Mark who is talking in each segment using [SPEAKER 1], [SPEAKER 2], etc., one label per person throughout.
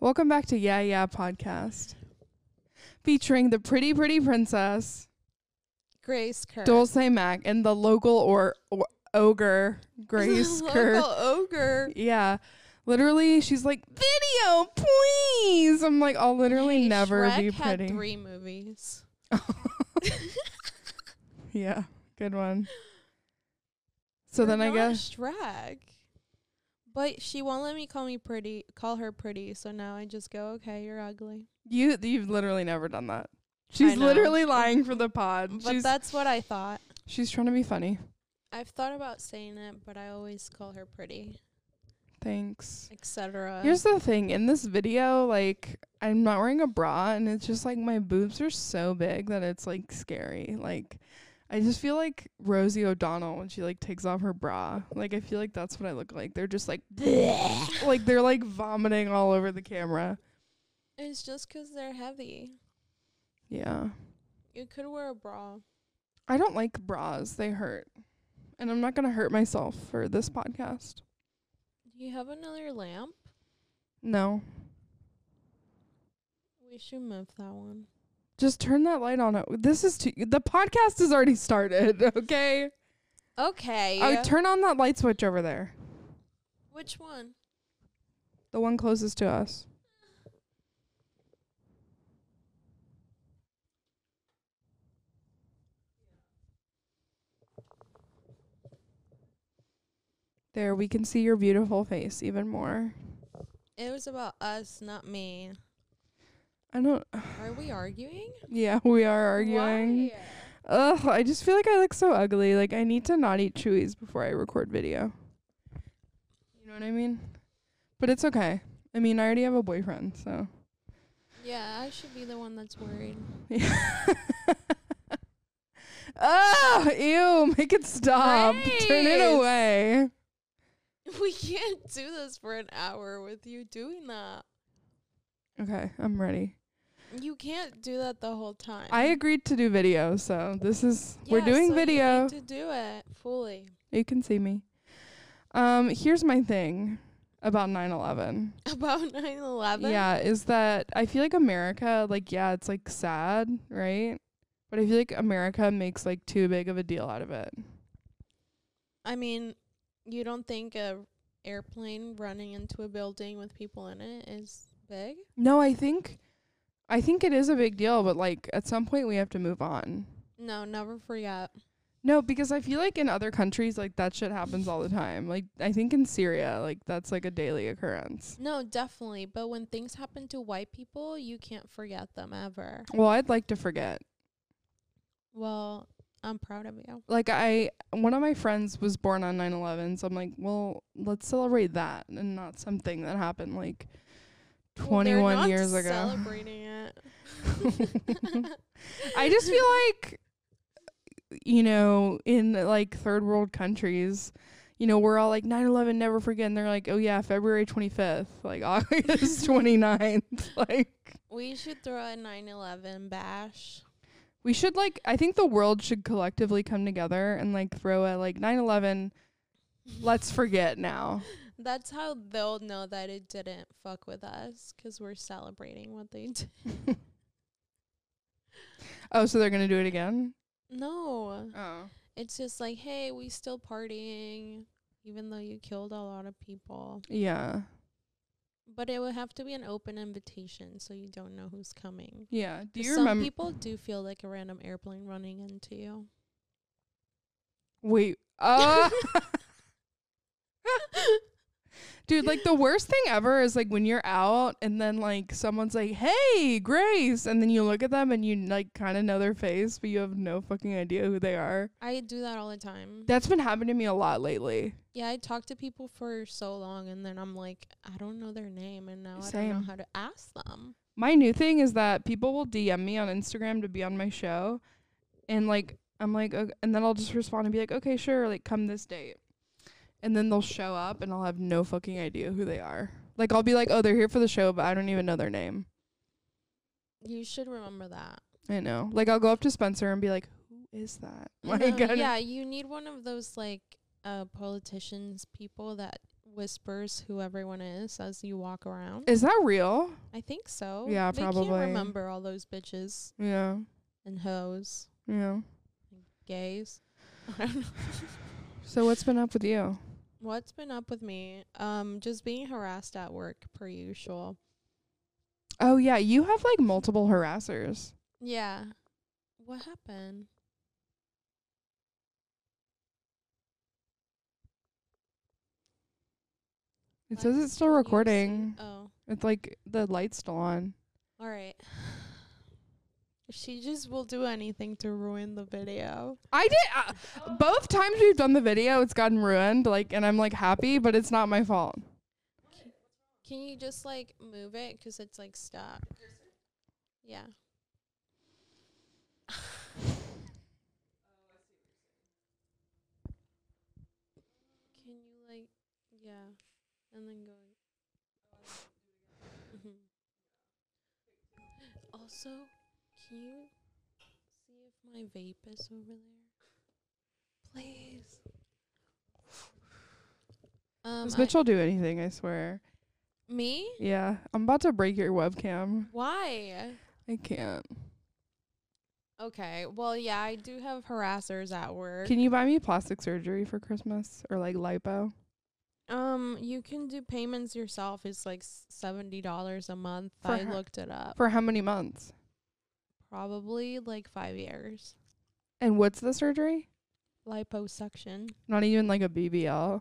[SPEAKER 1] Welcome back to Yeah Yeah Podcast, featuring the pretty, pretty princess,
[SPEAKER 2] Grace Kerr.
[SPEAKER 1] Dulce Mac, and the local or, or ogre, Grace Kerr.
[SPEAKER 2] Local ogre.
[SPEAKER 1] Yeah. Literally, she's like, video, please. I'm like, I'll literally
[SPEAKER 2] Hey,
[SPEAKER 1] never
[SPEAKER 2] Shrek
[SPEAKER 1] be
[SPEAKER 2] had
[SPEAKER 1] pretty.
[SPEAKER 2] three movies.
[SPEAKER 1] Yeah, good one. So
[SPEAKER 2] You're
[SPEAKER 1] then I
[SPEAKER 2] not
[SPEAKER 1] guess
[SPEAKER 2] Shrek. But she won't let me call me pretty, call her pretty. So now I just go, okay, you're ugly.
[SPEAKER 1] you you've literally never done that. She's
[SPEAKER 2] know.
[SPEAKER 1] literally lying for the pod.
[SPEAKER 2] But
[SPEAKER 1] she's
[SPEAKER 2] that's what I thought.
[SPEAKER 1] she's trying to be funny.
[SPEAKER 2] I've thought about saying it, but I always call her pretty,
[SPEAKER 1] Thanks.
[SPEAKER 2] etc.
[SPEAKER 1] Here's the thing, in this video, like I'm not wearing a bra and it's just like my boobs are so big that it's like scary. Like I just feel like Rosie O'Donnell when she like takes off her bra. Like I feel like that's what I look like. They're just like like they're like vomiting all over the camera.
[SPEAKER 2] It's just 'cause they're heavy.
[SPEAKER 1] Yeah.
[SPEAKER 2] You could wear a bra.
[SPEAKER 1] I don't like bras. They hurt. And I'm not going to hurt myself for this podcast.
[SPEAKER 2] Do you have another lamp?
[SPEAKER 1] No.
[SPEAKER 2] We should move that one.
[SPEAKER 1] Just turn that light on. This is too. The podcast has already started, okay?
[SPEAKER 2] Okay.
[SPEAKER 1] Oh, turn on that light switch over there.
[SPEAKER 2] Which one?
[SPEAKER 1] The one closest to us. There, we can see your beautiful face even more.
[SPEAKER 2] It was about us, not me.
[SPEAKER 1] I don't.
[SPEAKER 2] Are we arguing?
[SPEAKER 1] Yeah, we are arguing.
[SPEAKER 2] Why?
[SPEAKER 1] Ugh, I just feel like I look so ugly. Like I need to not eat Chewies before I record video. You know what I mean? But it's okay. I mean, I already have a boyfriend, so
[SPEAKER 2] Yeah, I should be the one that's worried.
[SPEAKER 1] Ah, ew, make it stop. Turn it
[SPEAKER 2] Grace.
[SPEAKER 1] away.
[SPEAKER 2] We can't do this for an hour with you doing that.
[SPEAKER 1] Okay, I'm ready.
[SPEAKER 2] You can't do that the whole time.
[SPEAKER 1] I agreed to do video, so this is we're
[SPEAKER 2] Yeah,
[SPEAKER 1] doing
[SPEAKER 2] so You
[SPEAKER 1] video.
[SPEAKER 2] need to do it fully.
[SPEAKER 1] You can see me. Um, here's my thing about 9/11.
[SPEAKER 2] About 9 11?
[SPEAKER 1] Yeah, is that I feel like America, like, yeah, it's like sad, right? But I feel like America makes like too big of a deal out of it.
[SPEAKER 2] I mean, you don't think a airplane running into a building with people in it is big?
[SPEAKER 1] No, I think, I think it is a big deal, but like at some point we have to move on.
[SPEAKER 2] No, never forget.
[SPEAKER 1] No, because I feel like in other countries, like that shit happens all the time. Like, I think in Syria, like that's like a daily occurrence.
[SPEAKER 2] No, definitely. But when things happen to white people, you can't forget them ever.
[SPEAKER 1] Well, I'd like to forget.
[SPEAKER 2] Well, I'm proud of you.
[SPEAKER 1] Like, I, one of my friends was born on 9 11, so I'm like, well, let's celebrate that and not something that happened like
[SPEAKER 2] Well, they're
[SPEAKER 1] 21
[SPEAKER 2] not
[SPEAKER 1] years ago.
[SPEAKER 2] Celebrating it.
[SPEAKER 1] I just feel like you know, in like third world countries, you know, we're all like 9/11 never forget and they're like, "Oh yeah, February 25th, like August 29th." Like
[SPEAKER 2] we should throw a 9 11 bash.
[SPEAKER 1] we should like I think the world should collectively come together and like throw a like 9/11 let's forget now.
[SPEAKER 2] That's how they'll know that it didn't fuck with us 'cause we're celebrating what they did.
[SPEAKER 1] Oh, so they're going to do it again?
[SPEAKER 2] No,
[SPEAKER 1] Oh.
[SPEAKER 2] it's just like, hey, we still partying, even though you killed a lot of people.
[SPEAKER 1] Yeah.
[SPEAKER 2] But it would have to be an open invitation so you don't know who's coming.
[SPEAKER 1] Yeah. Do
[SPEAKER 2] 'Cause
[SPEAKER 1] you
[SPEAKER 2] Some
[SPEAKER 1] remember
[SPEAKER 2] people do feel like a random airplane running into you.
[SPEAKER 1] Wait. Uh Dude, like the worst thing ever is like when you're out and then like someone's like, "Hey, Grace," and then you look at them and you like kind of know their face, but you have no fucking idea who they are.
[SPEAKER 2] I do that all the time.
[SPEAKER 1] That's been happening to me a lot lately.
[SPEAKER 2] Yeah, I talk to people for so long and then I'm like, I don't know their name and now I don't
[SPEAKER 1] Same.
[SPEAKER 2] know how to ask them.
[SPEAKER 1] My new thing is that people will DM me on Instagram to be on my show, and like I'm like, okay, and then I'll just respond and be like, "Okay, sure, like come this date," and then they'll show up and I'll have no fucking idea who they are. Like I'll be like, "Oh, they're here for the show," but I don't even know their name.
[SPEAKER 2] You should remember that.
[SPEAKER 1] I know. Like I'll go up to Spencer and be like, "Who is that?" Like,
[SPEAKER 2] No,
[SPEAKER 1] I don't-
[SPEAKER 2] yeah, you need one of those like uh politicians people that whispers who everyone is as you walk around.
[SPEAKER 1] Is that real?
[SPEAKER 2] I think so.
[SPEAKER 1] Yeah,
[SPEAKER 2] they
[SPEAKER 1] probably.
[SPEAKER 2] Can't remember all those bitches
[SPEAKER 1] Yeah.
[SPEAKER 2] and hoes,
[SPEAKER 1] Yeah.
[SPEAKER 2] gays. I don't know.
[SPEAKER 1] So what's been up with you?
[SPEAKER 2] What's been up with me? Um, just being harassed at work per usual.
[SPEAKER 1] Oh yeah, you have like multiple harassers.
[SPEAKER 2] Yeah. What happened?
[SPEAKER 1] It says
[SPEAKER 2] Like,
[SPEAKER 1] it's still
[SPEAKER 2] you see-
[SPEAKER 1] recording.
[SPEAKER 2] Oh,
[SPEAKER 1] It's like the light's still on.
[SPEAKER 2] all right. She just will do anything to ruin the video.
[SPEAKER 1] I did uh, both times we've done the video, it's gotten ruined. Like, and I'm like happy, but it's not my fault.
[SPEAKER 2] Can you just like move it? 'Cause it's like stuck. Yeah. Can you like, yeah, and then go. Mhm. Also, can you see if my vape is over there, please? Um,
[SPEAKER 1] Does
[SPEAKER 2] I-
[SPEAKER 1] Mitchell do anything? I swear.
[SPEAKER 2] me?
[SPEAKER 1] Yeah, I'm about to break your webcam.
[SPEAKER 2] Why?
[SPEAKER 1] I can't.
[SPEAKER 2] Okay. Well, yeah, I do have harassers at work.
[SPEAKER 1] Can you buy me plastic surgery for Christmas or like lipo?
[SPEAKER 2] um, you can do payments yourself. It's like s- seventy dollars a month.
[SPEAKER 1] For
[SPEAKER 2] I
[SPEAKER 1] her-
[SPEAKER 2] looked it up.
[SPEAKER 1] For how many months?
[SPEAKER 2] Probably like five years.
[SPEAKER 1] And what's the surgery?
[SPEAKER 2] Liposuction.
[SPEAKER 1] Not even like a BBL.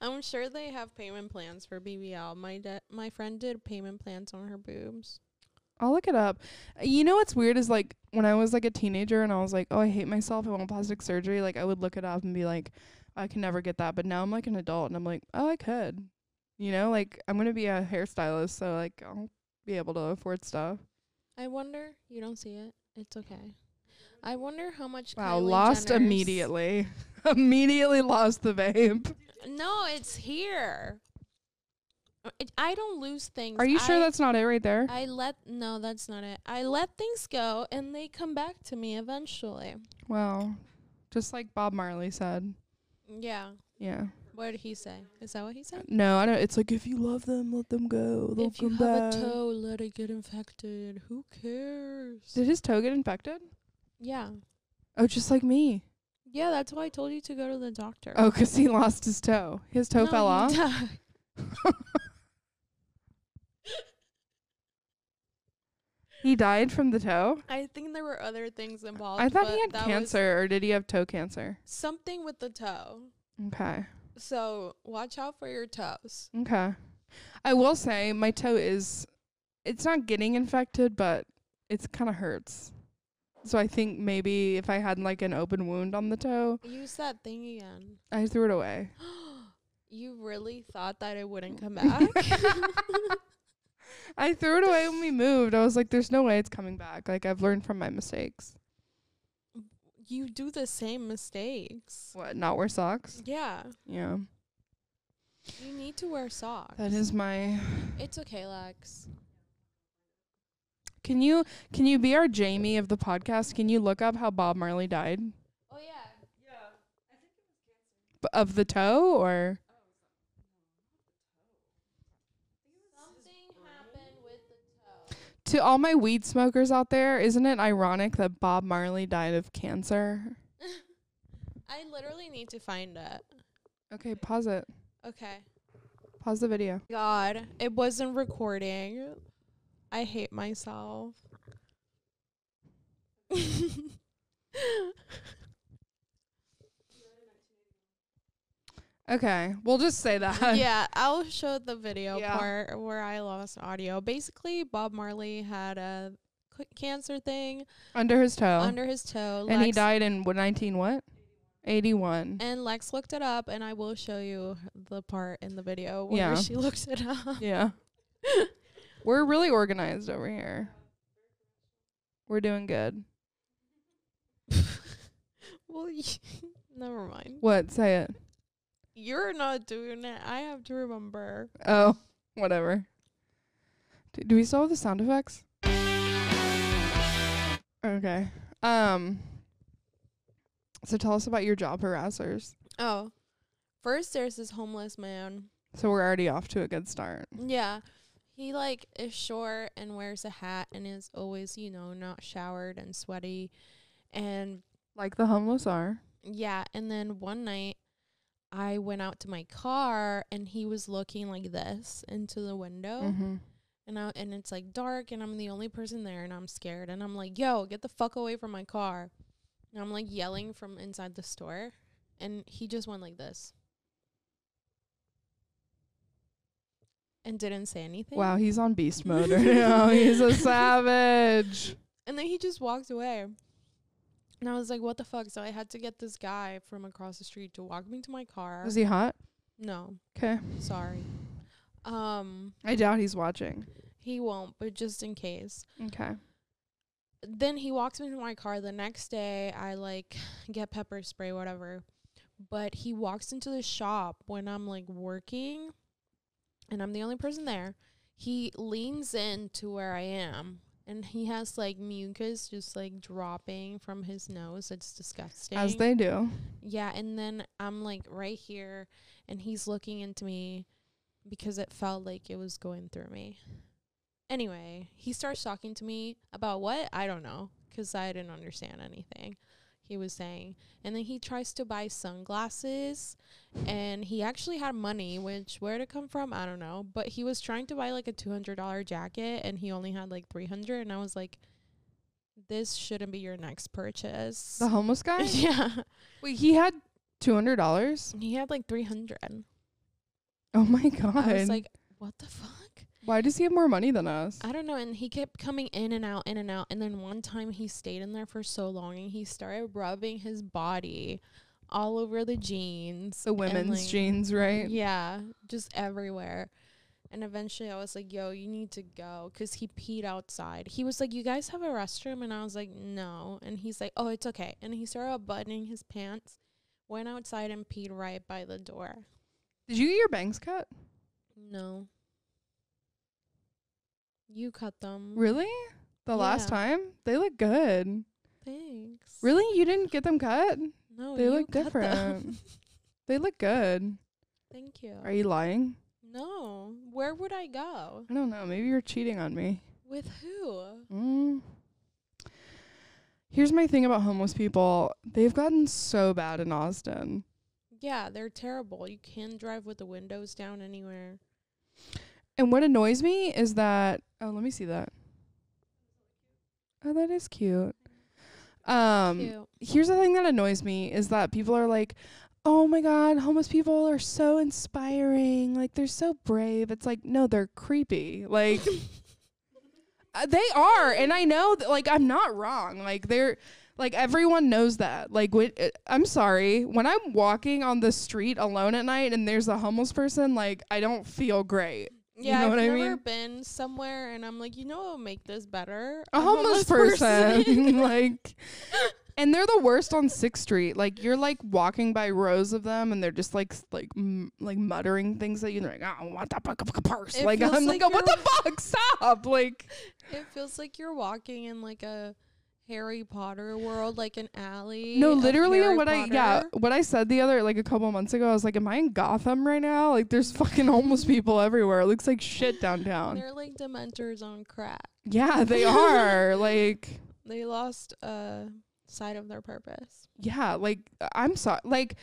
[SPEAKER 2] I'm sure they have payment plans for BBL. My de- my friend did payment plans on her boobs.
[SPEAKER 1] I'll look it up. Uh, You know what's weird is like when I was like a teenager and I was like, oh, I hate myself. I want plastic surgery. Like I would look it up and be like, I can never get that. But now I'm like an adult and I'm like, oh, I could. You know, like I'm gonna be a hairstylist, so like I'll be able to afford stuff.
[SPEAKER 2] I wonder. You don't see it. It's okay. I wonder how much.
[SPEAKER 1] Wow,
[SPEAKER 2] Kylie
[SPEAKER 1] lost
[SPEAKER 2] Jenner's-
[SPEAKER 1] immediately. immediately lost the vape.
[SPEAKER 2] No, it's here. Uh, It, I don't lose things.
[SPEAKER 1] Are you sure
[SPEAKER 2] I-
[SPEAKER 1] that's not it right there?
[SPEAKER 2] I let no, that's not it. I let things go and they come back to me eventually.
[SPEAKER 1] wow. Just like Bob Marley said.
[SPEAKER 2] Yeah.
[SPEAKER 1] Yeah.
[SPEAKER 2] What did he say? Is that what he said?
[SPEAKER 1] No, I don't. It's like if you love them, let them go. They'll
[SPEAKER 2] if you
[SPEAKER 1] come
[SPEAKER 2] have
[SPEAKER 1] back.
[SPEAKER 2] a toe, let it get infected. Who cares?
[SPEAKER 1] Did his toe get infected?
[SPEAKER 2] Yeah.
[SPEAKER 1] Oh, just like me.
[SPEAKER 2] Yeah, that's why I told you to go to the doctor.
[SPEAKER 1] Oh, 'cause he lost his toe. His toe
[SPEAKER 2] No,
[SPEAKER 1] fell
[SPEAKER 2] you
[SPEAKER 1] off.
[SPEAKER 2] died.
[SPEAKER 1] he died from the toe.
[SPEAKER 2] I think there were other things involved.
[SPEAKER 1] I thought
[SPEAKER 2] but
[SPEAKER 1] he had
[SPEAKER 2] that was
[SPEAKER 1] cancer, or did he have toe cancer?
[SPEAKER 2] Something with the toe.
[SPEAKER 1] Okay.
[SPEAKER 2] So watch out for your toes.
[SPEAKER 1] Okay. I will say my toe is, it's not getting infected, but it's kind of hurts. So I think maybe if I had like an open wound on the toe,
[SPEAKER 2] Use that thing again.
[SPEAKER 1] I threw it away.
[SPEAKER 2] you really thought that it wouldn't come back?
[SPEAKER 1] I threw it away when we moved. I was like, there's no way it's coming back. Like, I've learned from my mistakes.
[SPEAKER 2] you do the same mistakes.
[SPEAKER 1] What, not wear socks?
[SPEAKER 2] Yeah,
[SPEAKER 1] Yeah.
[SPEAKER 2] you need to wear socks.
[SPEAKER 1] That is my.
[SPEAKER 2] It's okay, Lex.
[SPEAKER 1] Can you can you be our Jamie of the podcast? Can you look up how Bob Marley died
[SPEAKER 2] Oh yeah.
[SPEAKER 1] B- of the toe or
[SPEAKER 2] Something happened with the toe.
[SPEAKER 1] to all my weed smokers out there? Isn't it ironic that Bob Marley died of cancer?
[SPEAKER 2] I literally need to find it.
[SPEAKER 1] Okay, pause it.
[SPEAKER 2] Okay.
[SPEAKER 1] Pause the video.
[SPEAKER 2] God, it wasn't recording. I hate myself.
[SPEAKER 1] Okay, we'll just say that.
[SPEAKER 2] yeah, I'll show the video
[SPEAKER 1] Yeah.
[SPEAKER 2] part where I lost audio. Basically, Bob Marley had a c- cancer thing
[SPEAKER 1] Under his toe.
[SPEAKER 2] under his toe.
[SPEAKER 1] Oh. and he
[SPEAKER 2] Lex-
[SPEAKER 1] died in what 19 what? 81.
[SPEAKER 2] And Lex looked it up, and I will show you the part in the video where
[SPEAKER 1] Yeah.
[SPEAKER 2] she looked it up.
[SPEAKER 1] Yeah. We're really organized over here. We're doing good.
[SPEAKER 2] well, y never mind.
[SPEAKER 1] What? Say it.
[SPEAKER 2] You're not doing it. I have to remember.
[SPEAKER 1] Oh, whatever. Do, do we still have the sound effects? Okay. Um. So tell us about your job harassers.
[SPEAKER 2] Oh, First, there's this homeless man.
[SPEAKER 1] So we're already off to a good start.
[SPEAKER 2] Yeah. He like is short and wears a hat and is always, you know, not showered and sweaty. And
[SPEAKER 1] Like the homeless are.
[SPEAKER 2] yeah, and then one night I went out to my car and he was looking like this into the window.
[SPEAKER 1] Mm-hmm.
[SPEAKER 2] And I and it's like dark and I'm the only person there and I'm scared and I'm like, "Yo, get the fuck away from my car." And I'm like yelling from inside the store and he just went like this. And didn't say anything.
[SPEAKER 1] Wow, he's on beast mode right now. He's a savage.
[SPEAKER 2] And then he just walked away. And I was like, what the fuck? So I had to get this guy from across the street to walk me to my car.
[SPEAKER 1] Was he hot?
[SPEAKER 2] No,
[SPEAKER 1] Okay.
[SPEAKER 2] sorry. Um,
[SPEAKER 1] I doubt he's watching.
[SPEAKER 2] he won't, but just in case.
[SPEAKER 1] Okay.
[SPEAKER 2] Then he walks me to my car. The next day, I like get pepper spray, whatever. But he walks into the shop when I'm like working and I'm the only person there. He leans in to where I am and he has like mucus just like dropping from his nose. It's disgusting.
[SPEAKER 1] As they do.
[SPEAKER 2] Yeah, and then I'm like right here, and he's looking into me because it felt like it was going through me. Anyway, he starts talking to me about what? I don't know, 'cause I didn't understand anything he was saying. And then he tries to buy sunglasses, and he actually had money, which where to come from, I don't know. But he was trying to buy like a $200 jacket, and he only had like 300 and I was like, this shouldn't be your next purchase.
[SPEAKER 1] The homeless guy?
[SPEAKER 2] yeah.
[SPEAKER 1] Wait, he had two hundred dollars?
[SPEAKER 2] He had like 300.
[SPEAKER 1] Oh my god.
[SPEAKER 2] I was like, what the fuck?
[SPEAKER 1] Why does he have more money than us?
[SPEAKER 2] I don't know. And he kept coming in and out, in and out. And then one time he stayed in there for so long and he started rubbing his body all over the jeans.
[SPEAKER 1] the
[SPEAKER 2] and,
[SPEAKER 1] women's
[SPEAKER 2] like,
[SPEAKER 1] jeans, right?
[SPEAKER 2] Yeah, just everywhere. And eventually I was like, yo, you need to go 'cause he peed outside. He was like, you guys have a restroom? And I was like, no. And he's like, oh, it's okay. And he started buttoning his pants, went outside and peed right by the door.
[SPEAKER 1] Did you get your bangs cut?
[SPEAKER 2] No. You cut them.
[SPEAKER 1] Really? The last
[SPEAKER 2] Mm-hmm. Yeah.
[SPEAKER 1] time? They look good.
[SPEAKER 2] Thanks.
[SPEAKER 1] Really? You didn't get them cut?
[SPEAKER 2] No,
[SPEAKER 1] They
[SPEAKER 2] you
[SPEAKER 1] look
[SPEAKER 2] cut them.
[SPEAKER 1] different. They look good.
[SPEAKER 2] Thank you.
[SPEAKER 1] Are you lying?
[SPEAKER 2] no. Where would I go?
[SPEAKER 1] I don't know. Maybe you're cheating on me.
[SPEAKER 2] With who?
[SPEAKER 1] Mm. Here's my thing about homeless people. They've gotten so bad in Austin.
[SPEAKER 2] Yeah, they're terrible. You can drive with the windows down anywhere.
[SPEAKER 1] And what annoys me is that oh, let me see that. Oh, that is cute. Um
[SPEAKER 2] Cute.
[SPEAKER 1] here's the thing that annoys me is that people are like, "Oh my god, homeless people are so inspiring. Like they're so brave." It's like, "No, they're creepy." Like uh, they are, and I know that like I'm not wrong. Like they're like everyone knows that. Like wh- uh, I'm sorry, when I'm walking on the street alone at night and there's a homeless person, like I don't feel great. You
[SPEAKER 2] Yeah,
[SPEAKER 1] know
[SPEAKER 2] I've
[SPEAKER 1] what I
[SPEAKER 2] never
[SPEAKER 1] mean?
[SPEAKER 2] been somewhere and I'm like, you know what will make this better?
[SPEAKER 1] a homeless, person. like, and they're the worst on Sixth Street. Like, you're like walking by rows of them, and they're just like s- like m- like muttering things at you. And they're like, "Oh, what the fuck, fuck, purse?"
[SPEAKER 2] It
[SPEAKER 1] Like,
[SPEAKER 2] feels
[SPEAKER 1] I'm like,
[SPEAKER 2] like
[SPEAKER 1] "Oh, "What
[SPEAKER 2] you're
[SPEAKER 1] the fuck? Stop!" Like,
[SPEAKER 2] it feels like you're walking in like a Harry Potter world, like an alley.
[SPEAKER 1] no,
[SPEAKER 2] of
[SPEAKER 1] literally,
[SPEAKER 2] Harry
[SPEAKER 1] what I yeah,
[SPEAKER 2] Potter.
[SPEAKER 1] what I said the other like a couple months ago, I was like, "Am I in Gotham right now? Like, there's fucking homeless people everywhere. It looks like shit downtown."
[SPEAKER 2] They're like dementors on crack.
[SPEAKER 1] yeah, they are. like.
[SPEAKER 2] They lost uh sight of their purpose.
[SPEAKER 1] yeah like uh, i'm sorry like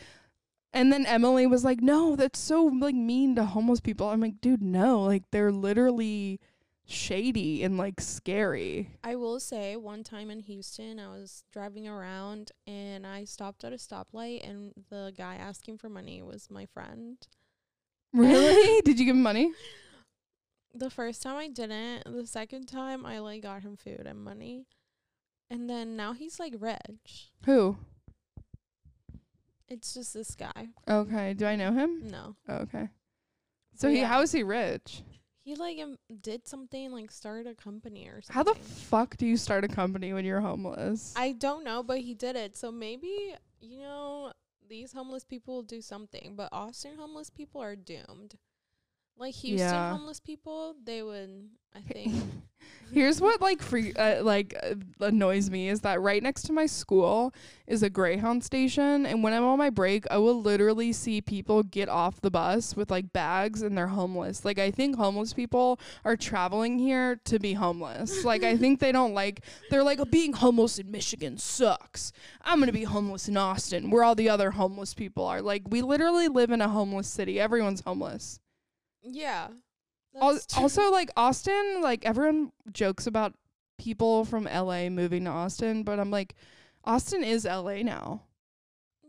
[SPEAKER 1] and then emily was like no that's so like mean to homeless people i'm like dude no like they're literally shady and like scary
[SPEAKER 2] I will say one time in Houston, I was driving around and I stopped at a stoplight and the guy asking for money was my friend.
[SPEAKER 1] really did you give him money
[SPEAKER 2] The first time I didn't, the second time I like got him food and money. And then now he's like rich.
[SPEAKER 1] who
[SPEAKER 2] It's just this guy.
[SPEAKER 1] okay do i know him
[SPEAKER 2] No.
[SPEAKER 1] okay so
[SPEAKER 2] But
[SPEAKER 1] he
[SPEAKER 2] yeah.
[SPEAKER 1] how is he rich
[SPEAKER 2] He like um, did something like started a company or something.
[SPEAKER 1] how the fuck do you start a company when you're homeless
[SPEAKER 2] I don't know, but he did it. So maybe, you know, these homeless people do something, but Austin homeless people are doomed. Like Houston
[SPEAKER 1] Yeah.
[SPEAKER 2] homeless people, they would, I think.
[SPEAKER 1] Here's what like free uh, like uh, annoys me is that right next to my school is a Greyhound station, and when I'm on my break, I will literally see people get off the bus with like bags, and they're homeless. Like I think homeless people are traveling here to be homeless. Like I think they don't like they're like being homeless in Michigan sucks. I'm gonna be homeless in Austin, where all the other homeless people are. Like we literally live in a homeless city. Everyone's homeless.
[SPEAKER 2] yeah.
[SPEAKER 1] Al-
[SPEAKER 2] that's true.
[SPEAKER 1] also like austin like everyone jokes about people from la moving to austin but i'm like austin is la now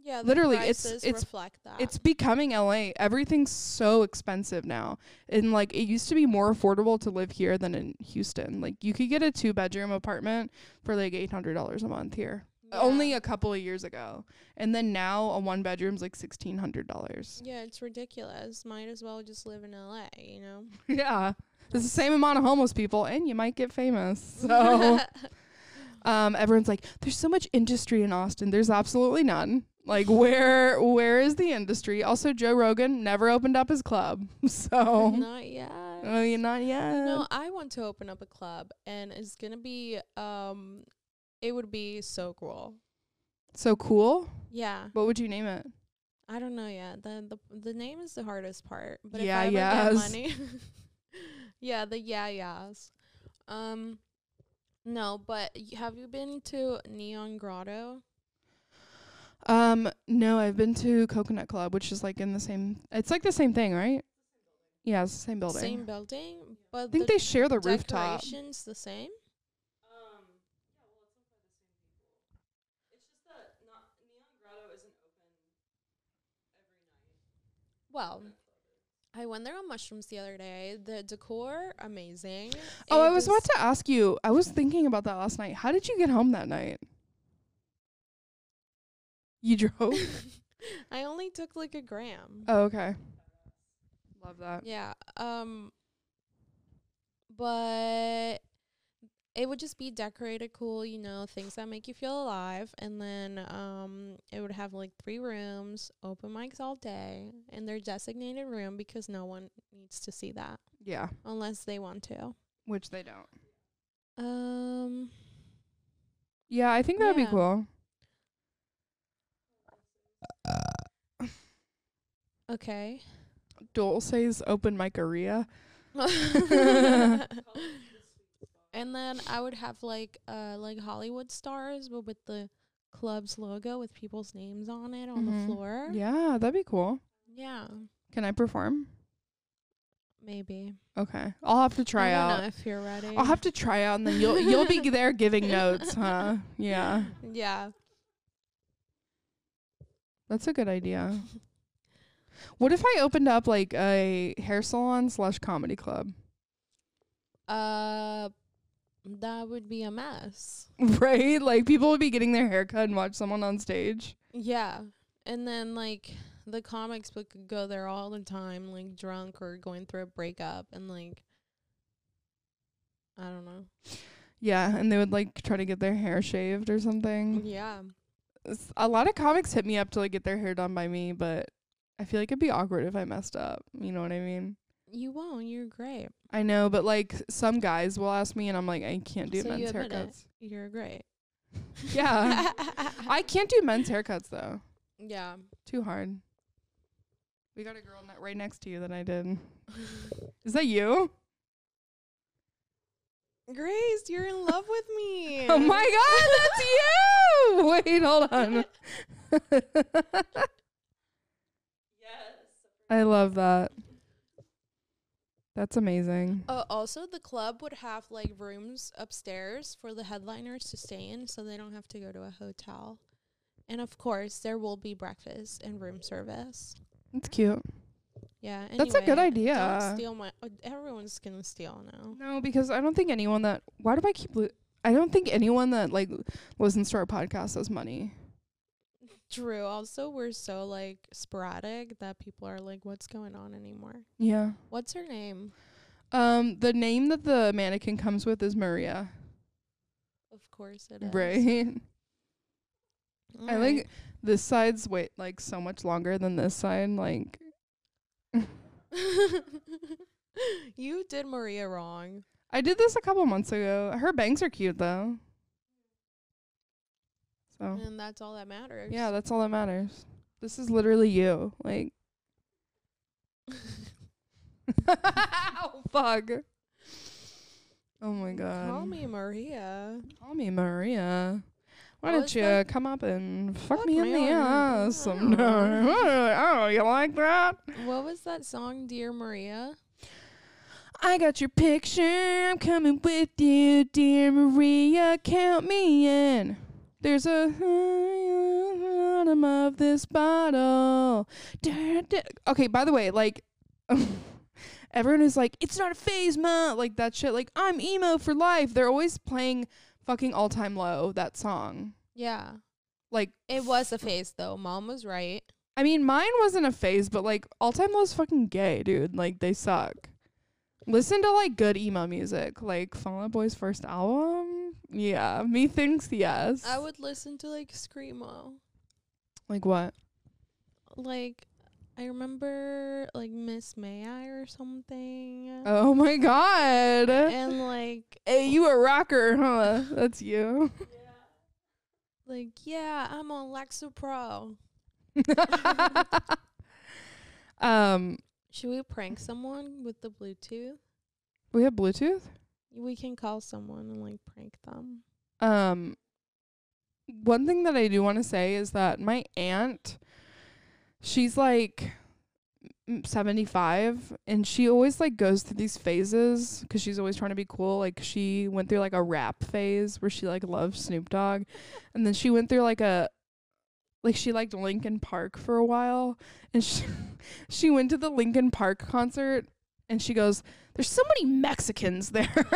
[SPEAKER 2] yeah, the
[SPEAKER 1] literally, it's-
[SPEAKER 2] prices
[SPEAKER 1] it's-
[SPEAKER 2] reflect that.
[SPEAKER 1] it's becoming la everything's so expensive now and like it used to be more affordable to live here than in houston like you could get a two bedroom apartment for like $800 a month here
[SPEAKER 2] Yeah.
[SPEAKER 1] only a couple of years ago and then now a one bedroom's like $1600
[SPEAKER 2] Yeah, it's ridiculous. Might as well just live in LA, you know?
[SPEAKER 1] yeah it's the same amount of homeless people and you might get famous so um, everyone's like, there's so much industry in Austin. There's absolutely none. Like, where where is the industry? Also, Joe Rogan never opened up his club, so
[SPEAKER 2] Not yet.
[SPEAKER 1] I mean, not yet.
[SPEAKER 2] No, I want to open up a club and it's gonna be um it would be so cool.
[SPEAKER 1] So cool.
[SPEAKER 2] Yeah.
[SPEAKER 1] What would you name it?
[SPEAKER 2] I don't know yet. The the the name is the hardest part. But
[SPEAKER 1] Yeah,
[SPEAKER 2] if I ever
[SPEAKER 1] yeahs.
[SPEAKER 2] get money Yeah, the yeah yeahs. Um no, but y- have you been to Neon Grotto?
[SPEAKER 1] Um, no, I've been to Coconut Club, which is like in the same. It's like the same thing, right? Yeah, it's the same building.
[SPEAKER 2] Same building, but
[SPEAKER 1] I think
[SPEAKER 2] the
[SPEAKER 1] they share the rooftop.
[SPEAKER 2] decorations the same.
[SPEAKER 3] Um, yeah, well, it's owned by the same people. It's just that not Neon Grotto isn't open every night.
[SPEAKER 2] Well, I went there on mushrooms the other day. The decor, amazing.
[SPEAKER 1] Oh, I
[SPEAKER 2] It
[SPEAKER 1] was about
[SPEAKER 2] is-
[SPEAKER 1] to ask you. I was thinking about that last night. How did you get home that night? You drove.
[SPEAKER 2] I only took like a gram.
[SPEAKER 1] Oh, okay. Love that.
[SPEAKER 2] Yeah. Um. But it would just be decorated cool, you know, things that make you feel alive. And then um, it would have like three rooms, open mics all day, in their designated room because no one needs to see that
[SPEAKER 1] Yeah,
[SPEAKER 2] unless they want to.
[SPEAKER 1] which they don't.
[SPEAKER 2] Um.
[SPEAKER 1] Yeah, I think that'd
[SPEAKER 2] Yeah.
[SPEAKER 1] be cool.
[SPEAKER 2] Okay.
[SPEAKER 1] Dulce's open micaria.
[SPEAKER 2] and then I would have like uh like Hollywood stars, but with the club's logo with people's names on it on
[SPEAKER 1] Mhm.
[SPEAKER 2] the floor.
[SPEAKER 1] Yeah, that'd be cool.
[SPEAKER 2] Yeah,
[SPEAKER 1] Can I perform?
[SPEAKER 2] maybe.
[SPEAKER 1] Okay, I'll have to try
[SPEAKER 2] I don't
[SPEAKER 1] out.
[SPEAKER 2] know if you're ready.
[SPEAKER 1] I'll have to try out, and then you'll you'll be there giving notes, huh? Yeah,
[SPEAKER 2] yeah.
[SPEAKER 1] that's a good idea. What if I opened up like a hair salon slash comedy club?
[SPEAKER 2] Uh, that would be a mess.
[SPEAKER 1] Right, like people would be getting their hair cut and watch someone on stage.
[SPEAKER 2] Yeah, and then like the comics would go there all the time, like drunk or going through a breakup, and like I don't know.
[SPEAKER 1] Yeah, and they would like try to get their hair shaved or something.
[SPEAKER 2] Yeah.
[SPEAKER 1] s- a lot of comics hit me up to like get their hair done by me, but I feel like it'd be awkward if I messed up. You know what I mean?
[SPEAKER 2] You won't. You're great.
[SPEAKER 1] I know, but like some guys will ask me, and I'm like, I can't do
[SPEAKER 2] So you
[SPEAKER 1] men's
[SPEAKER 2] admit it.
[SPEAKER 1] haircuts.
[SPEAKER 2] You're great.
[SPEAKER 1] Yeah, I can't do men's haircuts though.
[SPEAKER 2] yeah.
[SPEAKER 1] Too hard. We got a girl ne- right next to you that I did. Is that you?
[SPEAKER 2] Grace, you're in love with me.
[SPEAKER 1] Oh my god, that's you! Wait, hold on.
[SPEAKER 3] Yes.
[SPEAKER 1] I love that. That's amazing.
[SPEAKER 2] Oh, also the club would have like rooms upstairs for the headliners to stay in so they don't have to go to a hotel. And of course, there will be breakfast and room service.
[SPEAKER 1] That's cute.
[SPEAKER 2] Yeah.
[SPEAKER 1] That's a good
[SPEAKER 2] anyway,
[SPEAKER 1] idea.
[SPEAKER 2] Don't steal my uh, everyone's going to steal now.
[SPEAKER 1] No, because I don't think anyone that. Why do I keep? Li- I don't think anyone that like listens to our podcast has money.
[SPEAKER 2] True. Also, we're so like sporadic that people are like what's going on anymore?
[SPEAKER 1] Yeah.
[SPEAKER 2] What's her name?
[SPEAKER 1] Um, the name that the mannequin comes with is Maria,
[SPEAKER 2] Of course it is.
[SPEAKER 1] right? I
[SPEAKER 2] Alright.
[SPEAKER 1] like this side's wait like so much longer than this side. Like,
[SPEAKER 2] you did Maria wrong.
[SPEAKER 1] I did this a couple months ago. Her bangs are cute though. So
[SPEAKER 2] And that's all that matters.
[SPEAKER 1] Oh. yeah, that's all that matters. This is literally you. Like oh, fuck. Oh my god.
[SPEAKER 2] Mm, Call me Maria.
[SPEAKER 1] Call me Maria. Why
[SPEAKER 2] Well,
[SPEAKER 1] don't
[SPEAKER 2] Oh, it's
[SPEAKER 1] you
[SPEAKER 2] like-
[SPEAKER 1] come up and fuck,
[SPEAKER 2] Fuck
[SPEAKER 1] me
[SPEAKER 2] me
[SPEAKER 1] in
[SPEAKER 2] on
[SPEAKER 1] the
[SPEAKER 2] the-
[SPEAKER 1] ass sometime? oh, you like that?
[SPEAKER 2] What was that song, Dear Maria?
[SPEAKER 1] I got your picture. I'm coming with you, dear Maria. Count me in. There's a bottom of this bottle. Da- da- Okay, by the way, like everyone is like, it's not a phase, ma. Like that shit. Like I'm emo for life. They're always playing fucking all time low that song.
[SPEAKER 2] Yeah.
[SPEAKER 1] Like
[SPEAKER 2] It was a phase though. Mom was right.
[SPEAKER 1] I mean, mine wasn't a phase, but like all time low's fucking gay, dude. Like they suck. Listen to like good emo music, like Fall Out Boy's first album. Yeah, me thinks yes.
[SPEAKER 2] I would listen to like Screamo.
[SPEAKER 1] like what?
[SPEAKER 2] Like I remember like Miss May I or something.
[SPEAKER 1] Oh my god.
[SPEAKER 2] And like
[SPEAKER 1] hey, you a rocker, huh? That's you.
[SPEAKER 2] like yeah, I'm on Lexapro.
[SPEAKER 1] um,
[SPEAKER 2] Should we prank someone with the Bluetooth?
[SPEAKER 1] we have Bluetooth.
[SPEAKER 2] We can call someone and like prank them.
[SPEAKER 1] Um, one thing that I do want to say is that my aunt, she's like m- 75 and she always like goes through these phases because she's always trying to be cool like she went through like a rap phase where she like loved snoop dogg and then she went through like a like she liked linkin park for a while and she she went to the linkin park concert and she goes there's so many mexicans there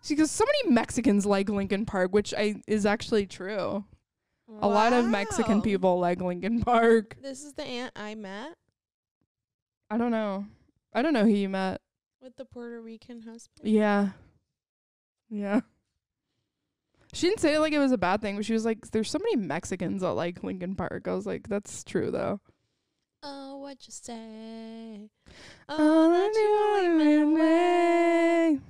[SPEAKER 1] She goes, so many Mexicans like Lincoln Park, which I is actually true. A lot of Mexican
[SPEAKER 2] Wow.
[SPEAKER 1] people like Lincoln Park.
[SPEAKER 2] This is the aunt I met
[SPEAKER 1] I don't know. I don't know who you met.
[SPEAKER 2] with the Puerto Rican husband.
[SPEAKER 1] Yeah. Yeah. She didn't say it like it was a bad thing, but she was like, There's so many Mexicans that like Lincoln Park. I was like, That's true though.
[SPEAKER 2] Oh, what you say?
[SPEAKER 1] All
[SPEAKER 2] Oh,
[SPEAKER 1] I
[SPEAKER 2] that you
[SPEAKER 1] knew I
[SPEAKER 2] only meant
[SPEAKER 1] went away.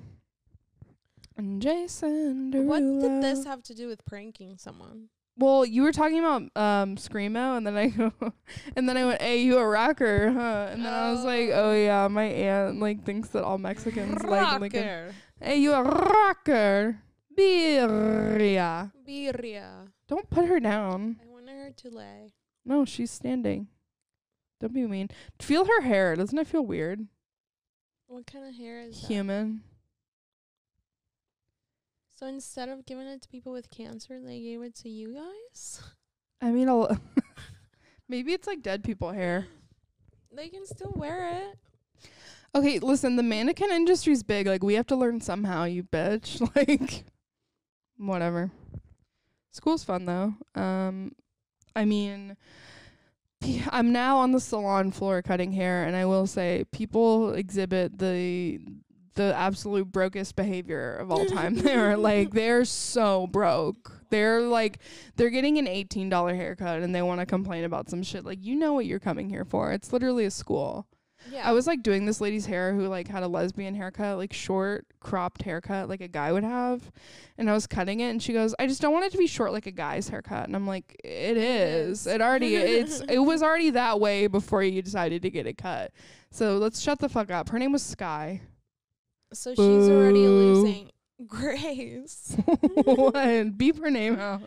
[SPEAKER 1] And Jason Derulo.
[SPEAKER 2] What did this have to do with pranking someone?
[SPEAKER 1] Well, you were talking about um screamo, and then I go, and then I went, "Hey, you a rocker, huh?" And then I was like,
[SPEAKER 2] Oh.
[SPEAKER 1] "Oh yeah, my aunt like thinks that all Mexicans like Lincoln. Hey, you a rocker, birria.
[SPEAKER 2] Birria.
[SPEAKER 1] Don't put her down.
[SPEAKER 2] I wanted her to lay.
[SPEAKER 1] No, she's standing. Don't be mean. Feel her hair. Doesn't it feel weird?
[SPEAKER 2] What kind of hair is that?
[SPEAKER 1] Human.
[SPEAKER 2] So instead of giving it to people with cancer, they gave it to you guys?
[SPEAKER 1] I mean, I'll maybe it's like dead people hair.
[SPEAKER 2] They can still wear it.
[SPEAKER 1] Okay, listen, the mannequin industry's big. Like, we have to learn somehow, you bitch. Like, whatever. School's fun, though. Um, I mean, pe- I'm now on the salon floor cutting hair, and I will say people exhibit the the absolute brokest behavior of all time. they're like, they're so broke. They're like, they're getting an $18 haircut, and they want to complain about some shit. Like, you know what you're coming here for. It's literally a school.
[SPEAKER 2] Yeah.
[SPEAKER 1] I was like doing this lady's hair who like had a lesbian haircut, like short cropped haircut, like a guy would have. And I was cutting it, and she goes, "I just don't want it to be short like a guy's haircut." And I'm like, "It is.
[SPEAKER 2] is."
[SPEAKER 1] It already. it's. It was already that way before you decided to get it cut. So let's shut the fuck up." Her name was Sky.
[SPEAKER 2] so she's already
[SPEAKER 1] Boo.
[SPEAKER 2] losing grace.
[SPEAKER 1] what? Beep her name out.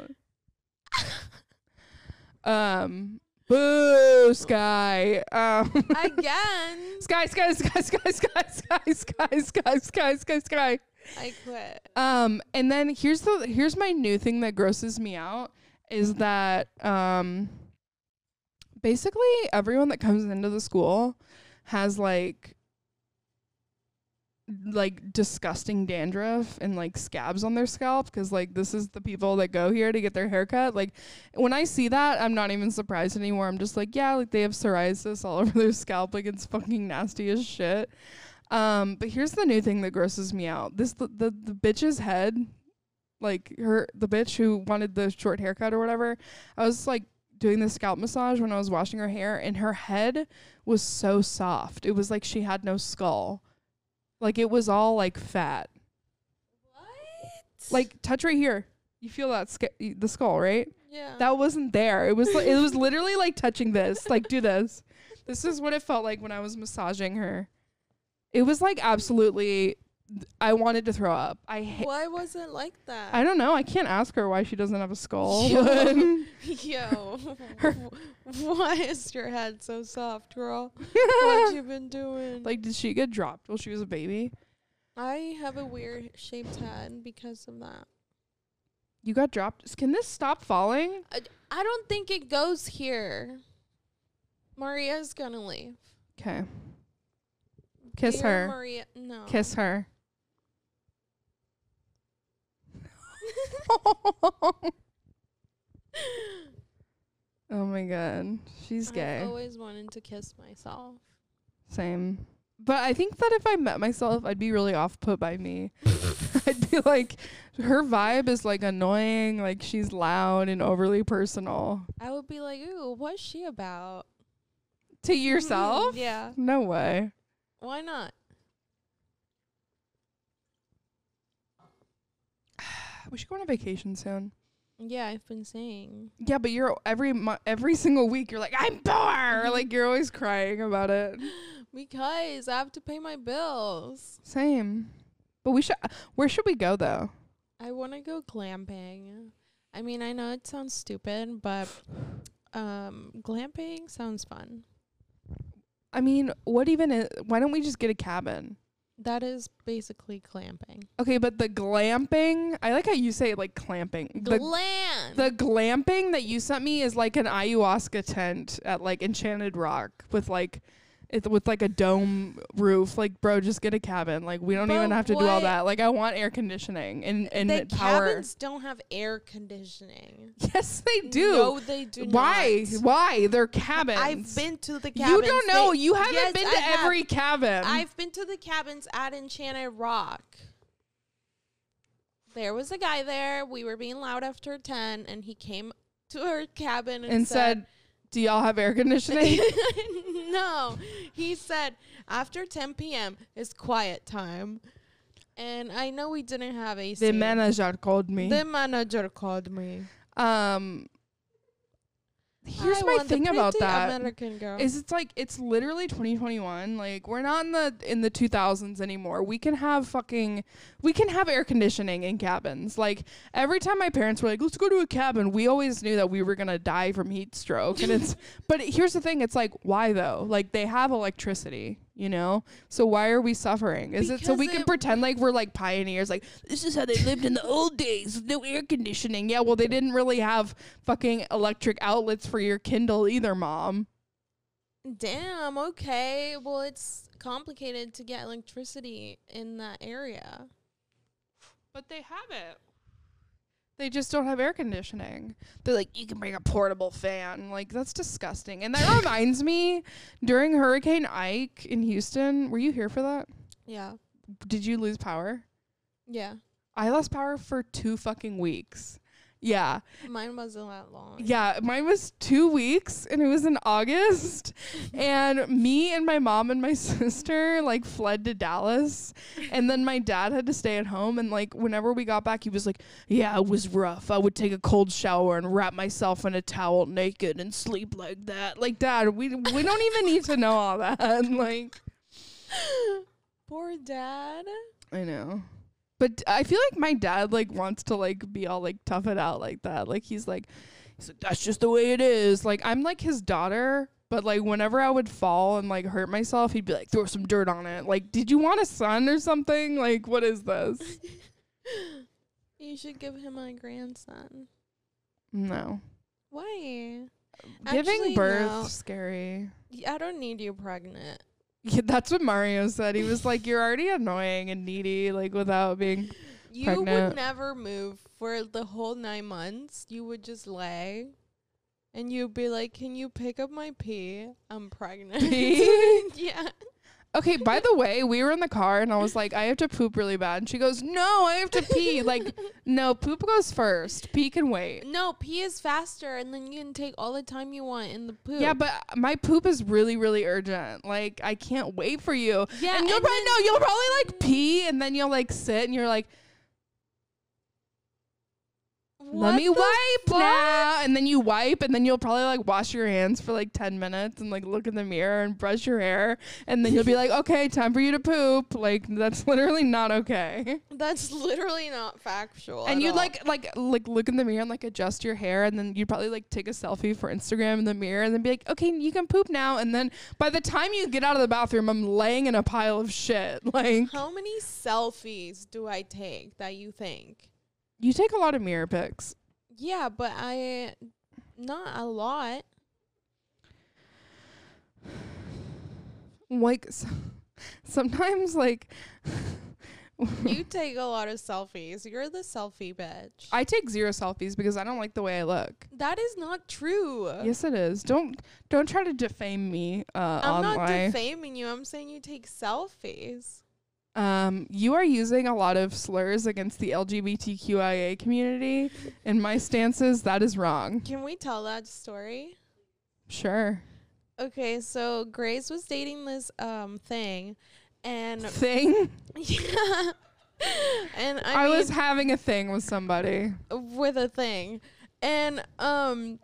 [SPEAKER 1] Um. Boo, Sky. Um.
[SPEAKER 2] Again.
[SPEAKER 1] Sky, sky, sky, sky, sky, sky, sky, sky, sky, sky, sky.
[SPEAKER 2] I quit.
[SPEAKER 1] Um, and then here's the here's my new thing that grosses me out is that um, basically everyone that comes into the school has like like disgusting dandruff and like scabs on their scalp because like this is the people that go here to get their haircut. Like when I see that, I'm not even surprised anymore. I'm just like, yeah, like they have psoriasis all over their scalp. Like it's fucking nasty as shit. Um, but here's the new thing that grosses me out. This the, the the bitch's head, like her the bitch who wanted the short haircut or whatever. I was like, doing the scalp massage when I was washing her hair, and her head was so soft. It was like she had no skull. Like it was all like fat.
[SPEAKER 2] What?
[SPEAKER 1] Like touch right here. You feel that sca- y- the skull, right?
[SPEAKER 2] yeah.
[SPEAKER 1] That wasn't there. It was li- it was literally like touching this. Like do this. This is what it felt like when I was massaging her. It was like absolutely I wanted to throw up. I ha-
[SPEAKER 2] Why was it like that?
[SPEAKER 1] I don't know. I can't ask her why she doesn't have a skull.
[SPEAKER 2] Yo.
[SPEAKER 1] but-
[SPEAKER 2] Yo,
[SPEAKER 1] Her-
[SPEAKER 2] why is your head so soft, girl? What you been doing?
[SPEAKER 1] like did she get dropped while she was a baby?
[SPEAKER 2] I have a weird shaped head because of that.
[SPEAKER 1] You got dropped. Can this stop falling?
[SPEAKER 2] I don't think it goes here. Maria's gonna leave.
[SPEAKER 1] Okay. Kiss
[SPEAKER 2] Dear
[SPEAKER 1] her.
[SPEAKER 2] Maria, no.
[SPEAKER 1] Kiss her. oh my god. She's
[SPEAKER 2] I
[SPEAKER 1] gay.
[SPEAKER 2] always wanted to kiss myself.
[SPEAKER 1] Same. But I think that if I met myself, I'd be really off put by me. I'd be like, her vibe is like annoying, like she's loud and overly personal.
[SPEAKER 2] I would be like, ooh, what's she about?
[SPEAKER 1] To yourself?
[SPEAKER 2] yeah.
[SPEAKER 1] No way.
[SPEAKER 2] Why not?
[SPEAKER 1] We should go on a vacation soon.
[SPEAKER 2] Yeah, I've been saying.
[SPEAKER 1] Yeah, but you're every mo- every single week you're like I'm bored. like you're always crying about it.
[SPEAKER 2] Because I have to pay my bills.
[SPEAKER 1] Same. But we should. Where should we go though?
[SPEAKER 2] I want to go glamping. I mean, I know it sounds stupid, but um, glamping sounds fun.
[SPEAKER 1] I mean, what even? Is, why don't we just get a cabin?
[SPEAKER 2] That is basically glamping.
[SPEAKER 1] Okay, but the glamping. I like how you say it like clamping. The
[SPEAKER 2] Glam.
[SPEAKER 1] the glamping that you sent me is like an ayahuasca tent at like Enchanted Rock with like. It, with like a dome roof, like bro, just get a cabin. Like we don't
[SPEAKER 2] But
[SPEAKER 1] even have to do all
[SPEAKER 2] what-
[SPEAKER 1] that. Like I want air conditioning and and
[SPEAKER 2] the
[SPEAKER 1] power.
[SPEAKER 2] cabins don't have air conditioning.
[SPEAKER 1] Yes, they do.
[SPEAKER 2] No, they do
[SPEAKER 1] Why?
[SPEAKER 2] not.
[SPEAKER 1] Why? They're cabins.
[SPEAKER 2] I've been to the cabins.
[SPEAKER 1] You don't know.
[SPEAKER 2] They-
[SPEAKER 1] you haven't
[SPEAKER 2] Yes,
[SPEAKER 1] been
[SPEAKER 2] I
[SPEAKER 1] to
[SPEAKER 2] have.
[SPEAKER 1] every cabin.
[SPEAKER 2] I've been to the cabins at Enchanted Rock. There was a guy there. We were being loud after 10, and he came to our cabin and,
[SPEAKER 1] and said, "Do y'all have air conditioning?"
[SPEAKER 2] no. He said, after 10 p.m. is quiet time. And I know we didn't have AC.
[SPEAKER 1] the manager called me.
[SPEAKER 2] The manager called me.
[SPEAKER 1] um, here's
[SPEAKER 2] I
[SPEAKER 1] my
[SPEAKER 2] want the
[SPEAKER 1] thing about
[SPEAKER 2] pretty
[SPEAKER 1] that.
[SPEAKER 2] American girl.
[SPEAKER 1] Is it's like it's literally 2021. Like we're not in the in the 2000s anymore. We can have fucking we can have air conditioning in cabins. Like every time my parents were like, "Let's go to a cabin," we always knew that we were gonna die from heat stroke. And it's but here's the thing: it's like why though? Like they have electricity, you know. So why are we suffering? Is it so
[SPEAKER 2] Because
[SPEAKER 1] we can
[SPEAKER 2] it-
[SPEAKER 1] pretend like we're like pioneers? Like this is how they lived in the old days, with no air conditioning. Yeah, well they didn't really have fucking electric outlets for your Kindle either, mom.
[SPEAKER 2] Damn, okay. Well, it's complicated to get electricity in that area.
[SPEAKER 1] But they have it. They just don't have air conditioning. They're like, you can bring a portable fan. Like, that's disgusting. And that reminds me during Hurricane Ike in Houston, were you here for that?
[SPEAKER 2] Yeah.
[SPEAKER 1] Did you lose power?
[SPEAKER 2] Yeah.
[SPEAKER 1] I lost power for two fucking weeks. Yeah.
[SPEAKER 2] Mine wasn't that long.
[SPEAKER 1] Yeah, mine was two weeks and it was in August. and me and my mom and my sister like fled to Dallas. And then my dad had to stay at home. And like, whenever we got back, he was like, Yeah, it was rough. I would take a cold shower and wrap myself in a towel naked and sleep like that. Like, dad, we, we don't even need to know all that. Like,
[SPEAKER 2] Poor dad.
[SPEAKER 1] I know. But I feel like my dad like wants to like be all like tough it out like that. Like he's like he's like that's just the way it is. Like I'm like his daughter, but like whenever I would fall and like hurt myself, he'd be like throw some dirt on it. Like did you want a son or something? Like what is this?
[SPEAKER 2] You should give him a grandson.
[SPEAKER 1] No.
[SPEAKER 2] Why? Actually,
[SPEAKER 1] Giving birth
[SPEAKER 2] no.
[SPEAKER 1] scary.
[SPEAKER 2] Y- I don't need you pregnant.
[SPEAKER 1] Yeah, that's what Mario said. He was like you're already annoying and needy like without being
[SPEAKER 2] You
[SPEAKER 1] Pregnant.
[SPEAKER 2] would never move for the whole nine months. You would just lay. And you'd be like, Can you pick up my pee? I'm pregnant.
[SPEAKER 1] Pee?
[SPEAKER 2] yeah.
[SPEAKER 1] Okay, by the way, we were in the car and I was like, I have to poop really bad. And she goes, No, I have to pee. Like, no, poop goes first. Pee can wait.
[SPEAKER 2] No, pee is faster, and then you can take all the time you want in the poo.
[SPEAKER 1] Yeah, but my poop is really, really urgent. Like, I can't wait for you.
[SPEAKER 2] yeah,
[SPEAKER 1] and you'll
[SPEAKER 2] and
[SPEAKER 1] probably
[SPEAKER 2] then-
[SPEAKER 1] no, you'll probably like pee and then you'll like sit and you're like,
[SPEAKER 2] What
[SPEAKER 1] Let me
[SPEAKER 2] the
[SPEAKER 1] wipe
[SPEAKER 2] fuck?
[SPEAKER 1] now. And then you wipe, and then you'll probably like wash your hands for like 10 minutes and like look in the mirror and brush your hair. And then you'll be like, okay, time for you to poop. Like, that's literally not okay.
[SPEAKER 2] That's literally not factual.
[SPEAKER 1] and
[SPEAKER 2] at
[SPEAKER 1] you'd
[SPEAKER 2] all.
[SPEAKER 1] like, like, like look in the mirror and like adjust your hair. And then you'd probably like take a selfie for Instagram in the mirror and then be like, okay, you can poop now. And then by the time you get out of the bathroom, I'm laying in a pile of shit. Like,
[SPEAKER 2] how many selfies do I take that you think?
[SPEAKER 1] you take a lot of mirror pics.
[SPEAKER 2] Yeah, but I not a lot.
[SPEAKER 1] Like, so, sometimes, like,
[SPEAKER 2] You take a lot of selfies. You're the selfie bitch.
[SPEAKER 1] I take zero selfies because I don't like the way I look.
[SPEAKER 2] that is not true.
[SPEAKER 1] Yes, it is. Don't don't try to defame me uh,
[SPEAKER 2] I'm not
[SPEAKER 1] online.
[SPEAKER 2] defaming you. I'm saying you take selfies.
[SPEAKER 1] um, you are using a lot of slurs against the LGBTQIA community, and my stance is that is wrong.
[SPEAKER 2] Can we tell that story?
[SPEAKER 1] Sure.
[SPEAKER 2] Okay, so Grace was dating this um thing, and
[SPEAKER 1] Thing.
[SPEAKER 2] yeah, and
[SPEAKER 1] I,
[SPEAKER 2] I, mean,
[SPEAKER 1] was having a thing with somebody.
[SPEAKER 2] with a thing and um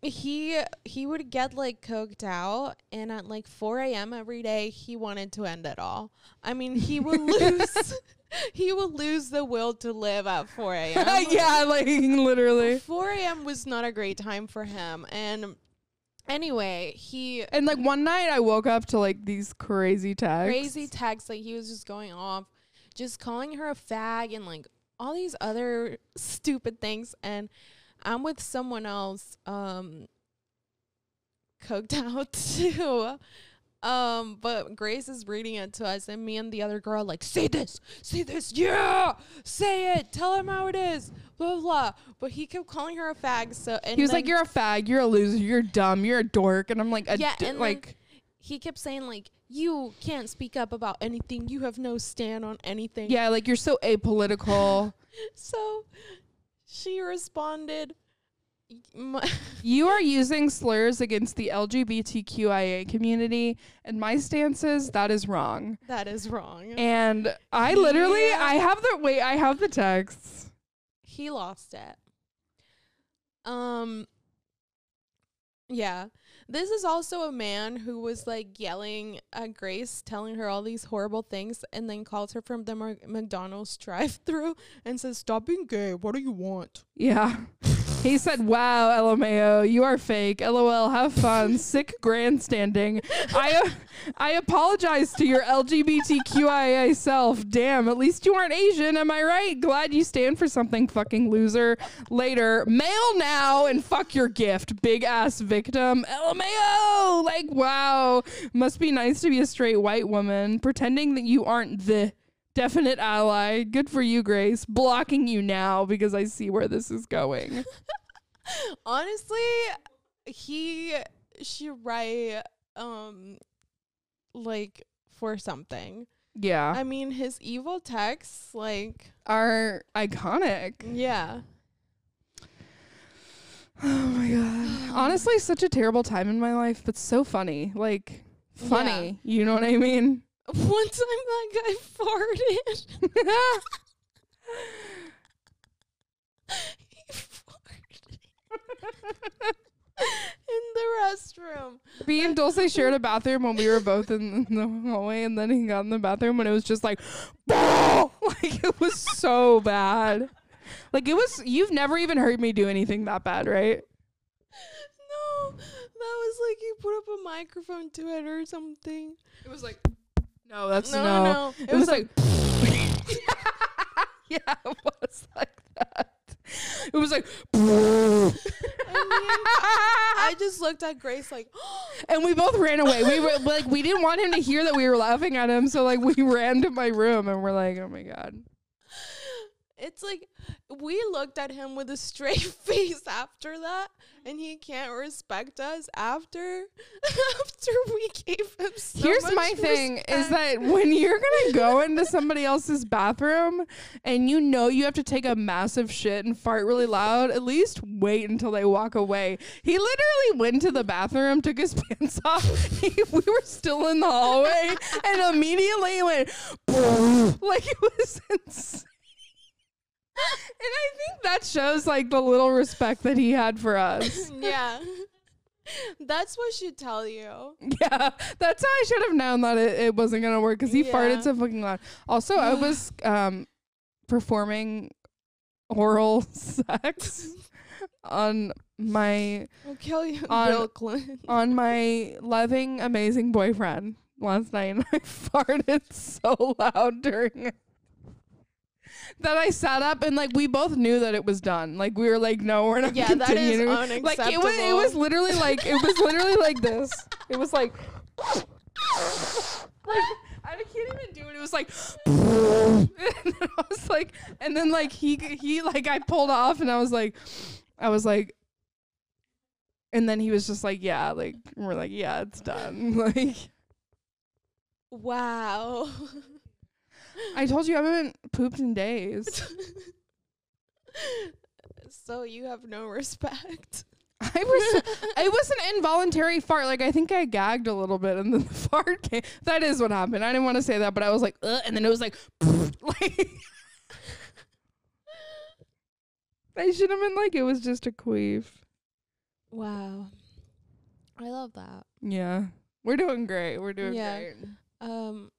[SPEAKER 2] he he would get like coked out and at like 4 a.m every day he wanted to end it all i mean he would lose he would lose the will to live at 4 a.m
[SPEAKER 1] yeah, like literally.
[SPEAKER 2] 4 a.m was not a great time for him and anyway he
[SPEAKER 1] And like one night, I woke up to like these crazy texts.
[SPEAKER 2] crazy texts like he was just going off just calling her a fag and like all these other stupid things and i'm with someone else um coked out too um but grace is reading it to us and me and the other girl are like say this say this yeah say it tell him how it is blah blah, blah. but he kept calling her a fag so and
[SPEAKER 1] He was
[SPEAKER 2] then-
[SPEAKER 1] like, "You're a fag. You're a loser. You're dumb. You're a dork." And I'm like, a
[SPEAKER 2] yeah,
[SPEAKER 1] d-
[SPEAKER 2] and then
[SPEAKER 1] like
[SPEAKER 2] he kept saying like you can't speak up about anything. You have no stand on anything.
[SPEAKER 1] yeah, like you're so apolitical.
[SPEAKER 2] So she responded. y- My
[SPEAKER 1] You are using slurs against the LGBTQIA community, and my stance is that is wrong.
[SPEAKER 2] that is wrong.
[SPEAKER 1] And I literally,
[SPEAKER 2] Yeah.
[SPEAKER 1] I have the wait, I have the texts.
[SPEAKER 2] he lost it. Um yeah. This is also a man who was like yelling at Grace, telling her all these horrible things, and then calls her from the Mar- McDonald's drive through and says, Stop being gay. What do you want?
[SPEAKER 1] Yeah. He said, "Wow, LMAO, you are fake. LOL, have fun. Sick grandstanding. I, uh, I apologize to your LGBTQIA self. Damn, at least you aren't Asian. Am I right? Glad you stand for something, fucking loser. Later, mail now and fuck your gift, big ass victim. LMAO. Like, wow. Must be nice to be a straight white woman pretending that you aren't the." Definite ally. Good for you, Grace. Blocking you now because I see where this is going.
[SPEAKER 2] Honestly, he she right um like for something.
[SPEAKER 1] Yeah.
[SPEAKER 2] I mean, his evil texts, like,
[SPEAKER 1] are iconic.
[SPEAKER 2] yeah.
[SPEAKER 1] Oh my god. Honestly, such a terrible time in my life, but so funny. Like funny. You know what I mean?
[SPEAKER 2] One time that guy farted. he farted in the restroom.
[SPEAKER 1] Me and Dulce shared a bathroom when we were both in the hallway and then he got in the bathroom and it was just like like it was so bad. Like it was you've never even heard me do anything that bad, right?
[SPEAKER 2] No, that was like he put up a microphone to it or something.
[SPEAKER 1] It was like No, that's
[SPEAKER 2] No,
[SPEAKER 1] no.
[SPEAKER 2] no, no.
[SPEAKER 1] It, was, like Yeah, it was like that. It was like
[SPEAKER 2] I just looked at Grace like,
[SPEAKER 1] and we both ran away. We were like, we didn't want him to hear that we were laughing at him, so like we ran to my room and we're like, oh my god.
[SPEAKER 2] It's like we looked at him with a straight face after that, and he can't respect us after after we gave him. So
[SPEAKER 1] Here's
[SPEAKER 2] much
[SPEAKER 1] my thing is that
[SPEAKER 2] respect.
[SPEAKER 1] when you're gonna go into somebody else's bathroom and you know you have to take a massive shit and fart really loud, at least wait until they walk away. He literally went to the bathroom, took his pants off. He, we were still in the hallway, and immediately went like it was insane. And I think that shows like the little respect that he had for us.
[SPEAKER 2] yeah, that's what should tell you.
[SPEAKER 1] Yeah, that's how I should have known that it, it wasn't gonna work because he
[SPEAKER 2] Yeah.
[SPEAKER 1] farted so fucking loud. Also, I was um performing oral sex on my
[SPEAKER 2] We'll kill you,
[SPEAKER 1] On-
[SPEAKER 2] Bill Clinton.
[SPEAKER 1] on my loving amazing boyfriend last night, and I farted so loud during it. That I sat up and like we both knew that it was done. Like we were like, no, we're not
[SPEAKER 2] Yeah, that is
[SPEAKER 1] continuing. like it was, it
[SPEAKER 2] unacceptable.
[SPEAKER 1] was literally like it was literally like this. It was like like I can't even do it. It was like, and then I was like, and then like he he like I pulled off, and I was like, I was like, and then he was just like, yeah, like and we're like, yeah, it's done. Like
[SPEAKER 2] Wow.
[SPEAKER 1] I told you, I haven't pooped in days.
[SPEAKER 2] so you have no respect.
[SPEAKER 1] I was it was an involuntary fart. Like I think I gagged a little bit, and then the fart came. That is what happened. I didn't want to say that, but I was like, Ugh, and then it was like, like. I should have been like it was just a queef.
[SPEAKER 2] Wow. I love that.
[SPEAKER 1] Yeah. We're doing great. We're doing
[SPEAKER 2] Yeah.
[SPEAKER 1] great.
[SPEAKER 2] Um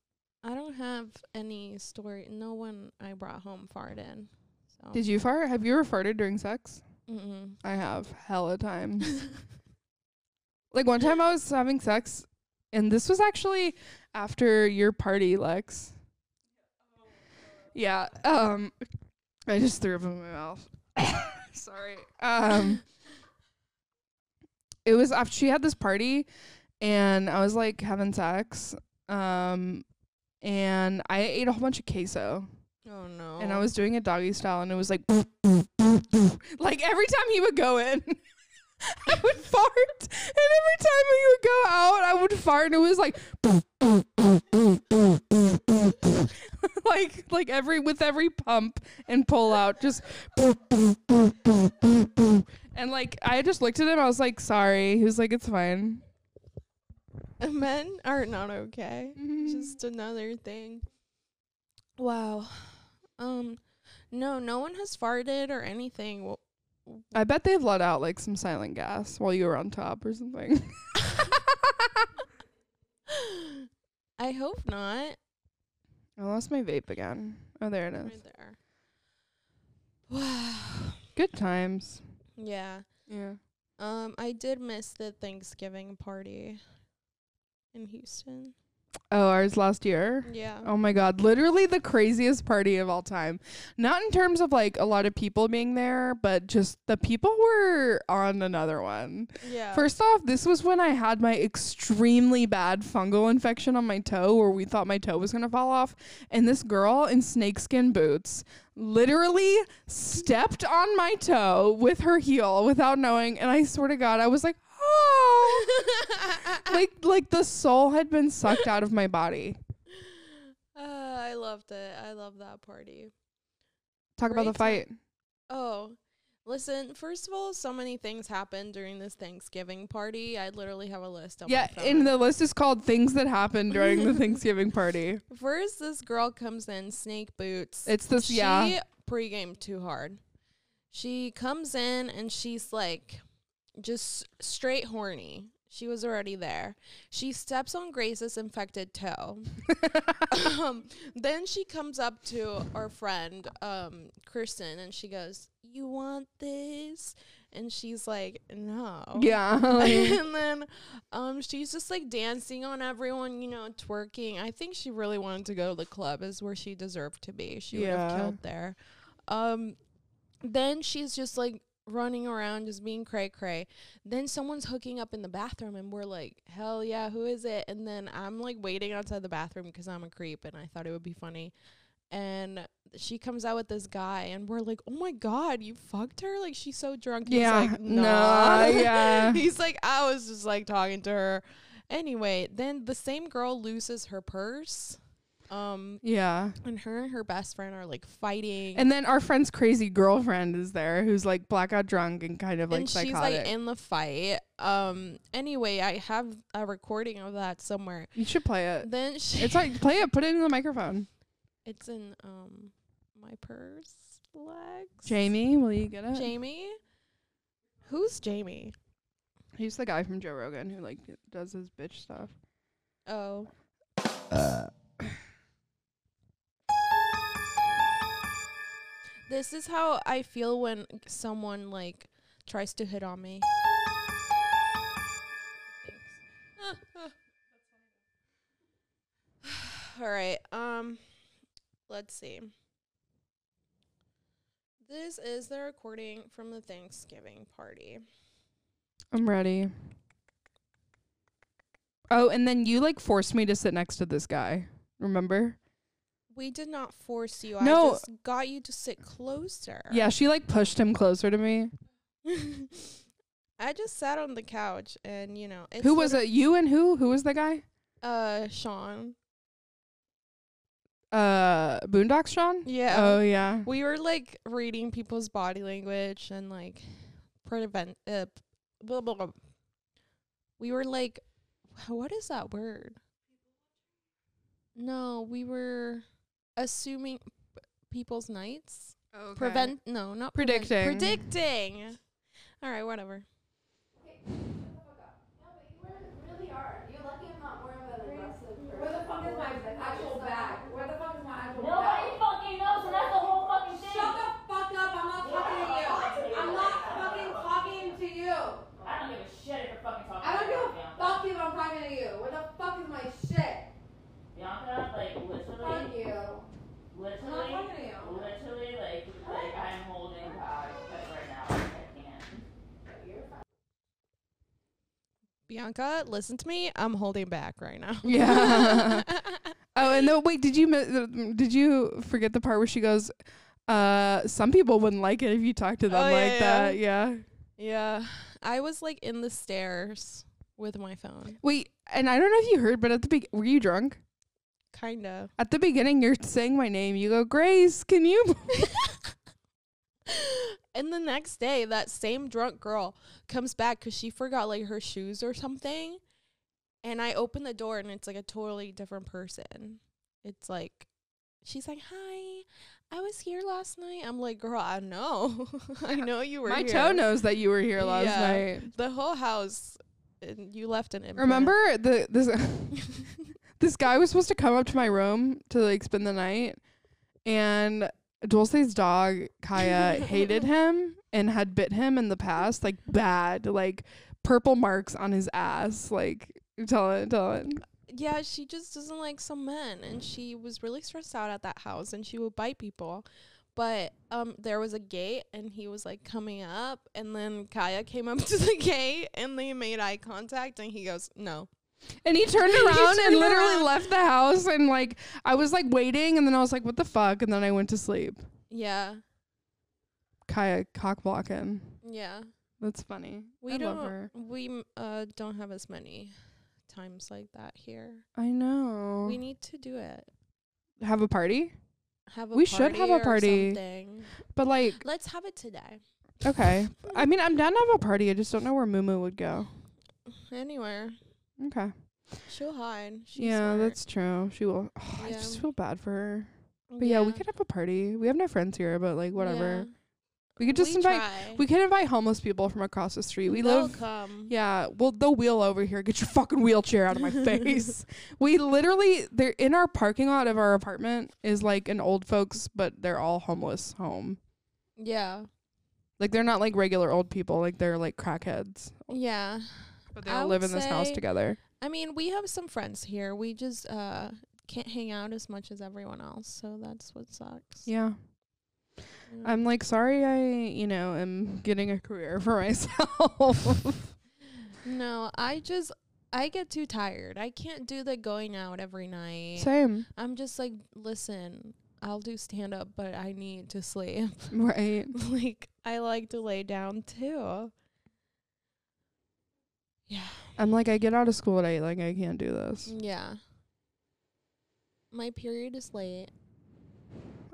[SPEAKER 2] I don't have any story. No one I brought home farted. So
[SPEAKER 1] Did you fart? Have you ever farted during sex?
[SPEAKER 2] Mm-mm.
[SPEAKER 1] I have hella times. like one time I was having sex and this was actually after your party, Lex. Yeah. Um I just threw up in my mouth. Sorry. Um It was after she had this party and I was like having sex. Um and I ate a whole bunch of queso.
[SPEAKER 2] Oh no.
[SPEAKER 1] and I was doing it doggy style, and it was like, like every time he would go in, I would fart, and every time he would go out, I would fart, and it was like, like like every with every pump and pull out, just, and like I just looked at him, I was like, sorry. He was like, it's fine.
[SPEAKER 2] men are not okay.
[SPEAKER 1] Mm-hmm.
[SPEAKER 2] Just another thing. Wow. Um no, no one has farted or anything. Well,
[SPEAKER 1] I bet they've let out like some silent gas while you were on top or something.
[SPEAKER 2] I hope not.
[SPEAKER 1] I lost my vape again. Oh, there it is.
[SPEAKER 2] Right there. Wow.
[SPEAKER 1] Good times.
[SPEAKER 2] Yeah.
[SPEAKER 1] Yeah.
[SPEAKER 2] Um, I did miss the Thanksgiving party in Houston.
[SPEAKER 1] Oh, ours last year.
[SPEAKER 2] Yeah.
[SPEAKER 1] Oh my god, literally the craziest party of all time. Not in terms of like a lot of people being there, but just the people were on another one.
[SPEAKER 2] Yeah.
[SPEAKER 1] First off, this was when I had my extremely bad fungal infection on my toe where we thought my toe was going to fall off. And this girl in snakeskin boots literally stepped on my toe with her heel without knowing. And I swear to God, I was like, oh. like, like the soul had been sucked out of my body.
[SPEAKER 2] uh, I loved it. I love that party.
[SPEAKER 1] Talk about the
[SPEAKER 2] Great
[SPEAKER 1] fight.
[SPEAKER 2] Oh. Listen, first of all, so many things happened during this Thanksgiving party. I literally have a list. On
[SPEAKER 1] Yeah,
[SPEAKER 2] my phone.
[SPEAKER 1] and the list is called Things That Happened During the Thanksgiving Party.
[SPEAKER 2] First, this girl comes in, snake boots.
[SPEAKER 1] It's this,
[SPEAKER 2] she
[SPEAKER 1] yeah.
[SPEAKER 2] pregame too hard. She comes in and she's like just straight horny. She was already there. She steps on Grace's infected toe. um, then she comes up to our friend um, Kirsten and she goes, "You want this?" And she's like, "No."
[SPEAKER 1] Yeah.
[SPEAKER 2] and then um she's just like dancing on everyone, you know, twerking. I think she really wanted to go to the club is where she deserved to be. She would
[SPEAKER 1] Yeah.
[SPEAKER 2] have killed there. Um then she's just like running around just being cray cray. Then someone's hooking up in the bathroom and we're like, "Hell yeah, who is it?" And then I'm like waiting outside the bathroom because I'm a creep and I thought it would be funny. and she comes out with this guy and we're like, "Oh my god, you fucked her!" Like she's so drunk. He's
[SPEAKER 1] yeah.
[SPEAKER 2] like,
[SPEAKER 1] no.
[SPEAKER 2] "Nah."
[SPEAKER 1] yeah.
[SPEAKER 2] He's like, "I was just like talking to her." Anyway, then the same girl loses her purse. Um,
[SPEAKER 1] yeah.
[SPEAKER 2] and her and her best friend are like fighting.
[SPEAKER 1] And then our friend's crazy girlfriend is there who's like blackout drunk and kind of like
[SPEAKER 2] and she's
[SPEAKER 1] psychotic.
[SPEAKER 2] like in the fight. Um. Anyway, I have a recording of that somewhere.
[SPEAKER 1] you should play it.
[SPEAKER 2] Then she,
[SPEAKER 1] It's like play it, put it in the microphone.
[SPEAKER 2] it's in um my purse, Lex.
[SPEAKER 1] Jamie, will you get it?
[SPEAKER 2] Jamie. Who's Jamie?
[SPEAKER 1] He's the guy from Joe Rogan who like does his bitch stuff.
[SPEAKER 2] Oh,
[SPEAKER 1] Uh.
[SPEAKER 2] this is how I feel when someone like tries to hit on me. Thanks. All right. Um, let's see. This is the recording from the Thanksgiving party.
[SPEAKER 1] I'm ready. Oh, and then you like forced me to sit next to this guy. Remember?
[SPEAKER 2] We did not force you. I
[SPEAKER 1] No.
[SPEAKER 2] just got you to sit closer.
[SPEAKER 1] Yeah, she like pushed him closer to me.
[SPEAKER 2] I just sat on the couch and you know it's
[SPEAKER 1] who
[SPEAKER 2] sort
[SPEAKER 1] was
[SPEAKER 2] of-
[SPEAKER 1] it? You and who? Who was the guy?
[SPEAKER 2] Uh Sean.
[SPEAKER 1] Uh Boondocks Sean?
[SPEAKER 2] Yeah.
[SPEAKER 1] Oh yeah.
[SPEAKER 2] We were like reading people's body language and like prevent uh, p- blah, blah, blah. We were like wh- what is that word? No, we were assuming p- people's nights. Prevent no, not prevent-
[SPEAKER 1] Predicting.
[SPEAKER 2] predicting. All right, whatever.
[SPEAKER 4] really are. You're lucky I'm not wearing the Where the fuck is my actual bag? Where the fuck is my actual bag?
[SPEAKER 5] Nobody fucking knows, and that's the whole fucking thing.
[SPEAKER 4] Shut the fuck up. I'm not talking to you. I'm not fucking talking to you.
[SPEAKER 5] I don't give a shit if you're fucking talking.
[SPEAKER 4] I don't give a
[SPEAKER 5] about
[SPEAKER 4] fuck if I'm talking to you. Where the fuck is my shit?
[SPEAKER 5] Bianca, like
[SPEAKER 4] Fuck
[SPEAKER 5] literally,
[SPEAKER 4] you. I'm
[SPEAKER 5] literally,
[SPEAKER 4] not talking to you.
[SPEAKER 5] literally, like, like I'm holding back, but right now like, I can't.
[SPEAKER 2] Bianca, listen to me. I'm holding back right now.
[SPEAKER 1] Yeah. oh, and no, wait, did you mi- did you forget the part where she goes uh some people wouldn't like it if you talked to them
[SPEAKER 2] Oh, yeah,
[SPEAKER 1] like
[SPEAKER 2] yeah.
[SPEAKER 1] that. Yeah.
[SPEAKER 2] yeah. I was like in the stairs with my phone.
[SPEAKER 1] Wait, and I don't know if you heard, but at the be- were you drunk?
[SPEAKER 2] Kinda.
[SPEAKER 1] At the beginning, you're saying my name. You go, Grace. Can you?
[SPEAKER 2] and the next day, that same drunk girl comes back 'cause she forgot like her shoes or something. And I open the door and it's like a totally different person. It's like, she's like, hi, I was here last night. I'm like, girl, I know. I know you were
[SPEAKER 1] My
[SPEAKER 2] here.
[SPEAKER 1] toe knows that you were here last
[SPEAKER 2] Yeah.
[SPEAKER 1] night.
[SPEAKER 2] The whole house, and you left an imprint.
[SPEAKER 1] Remember the this this guy was supposed to come up to my room to like spend the night, and Dulce's dog Kaya hated him and had bit him in the past, like bad, like purple marks on his ass. Like tell it, tell it.
[SPEAKER 2] yeah, she just doesn't like some men, and
[SPEAKER 1] Mm.
[SPEAKER 2] she was really stressed out at that house, and she would bite people. But um, there was a gate, and he was like coming up, and then Kaya came up to the gate, and they made eye contact, and he goes, "No."
[SPEAKER 1] And he turned around
[SPEAKER 2] turned
[SPEAKER 1] and literally
[SPEAKER 2] around.
[SPEAKER 1] left the house. And like, I was like waiting, and then I was like, "What the fuck?" And then I went to sleep.
[SPEAKER 2] Yeah,
[SPEAKER 1] Kaya cock blocking.
[SPEAKER 2] yeah.
[SPEAKER 1] That's funny.
[SPEAKER 2] We
[SPEAKER 1] I
[SPEAKER 2] don't.
[SPEAKER 1] love her.
[SPEAKER 2] We mm, uh don't have as many times like that here.
[SPEAKER 1] I know.
[SPEAKER 2] We need to do it.
[SPEAKER 1] have a party,
[SPEAKER 2] Have a
[SPEAKER 1] We should have a
[SPEAKER 2] or
[SPEAKER 1] party.
[SPEAKER 2] something.
[SPEAKER 1] but like,
[SPEAKER 2] Let's have it today.
[SPEAKER 1] okay. I mean, I'm down to have a party. I just don't know where Mumu would go.
[SPEAKER 2] Anywhere.
[SPEAKER 1] Okay.
[SPEAKER 2] She'll hide. She's
[SPEAKER 1] yeah,
[SPEAKER 2] smart.
[SPEAKER 1] that's true. She will. Oh, I
[SPEAKER 2] Yeah.
[SPEAKER 1] just feel bad for her. But yeah. we could have a party. We have no friends here, but like, whatever.
[SPEAKER 2] Yeah.
[SPEAKER 1] We could just
[SPEAKER 2] We
[SPEAKER 1] invite.
[SPEAKER 2] try.
[SPEAKER 1] We could invite homeless people from across the street. We
[SPEAKER 2] They'll
[SPEAKER 1] live.
[SPEAKER 2] come.
[SPEAKER 1] Yeah, well, the wheel over here. Get your fucking wheelchair out of my face. We literally, they're in our parking lot of our apartment is like an old folks, but they're all homeless home.
[SPEAKER 2] Yeah.
[SPEAKER 1] Like they're not like regular old people. Like they're like crackheads,
[SPEAKER 2] Yeah.
[SPEAKER 1] but they
[SPEAKER 2] I
[SPEAKER 1] all live
[SPEAKER 2] would
[SPEAKER 1] in this house
[SPEAKER 2] say-
[SPEAKER 1] together.
[SPEAKER 2] I mean, we have some friends here. We just uh can't hang out as much as everyone else, so that's what sucks.
[SPEAKER 1] Yeah,
[SPEAKER 2] Yeah.
[SPEAKER 1] I'm like sorry. I you know am getting a career for myself.
[SPEAKER 2] no, I just I get too tired. I can't do the going out every night.
[SPEAKER 1] Same.
[SPEAKER 2] I'm just like, listen, I'll do stand up, but I need to sleep.
[SPEAKER 1] Right.
[SPEAKER 2] like I like to lay down too. Yeah.
[SPEAKER 1] I'm like, I get out of school at eight. Like, I can't do this.
[SPEAKER 2] Yeah. My period is late.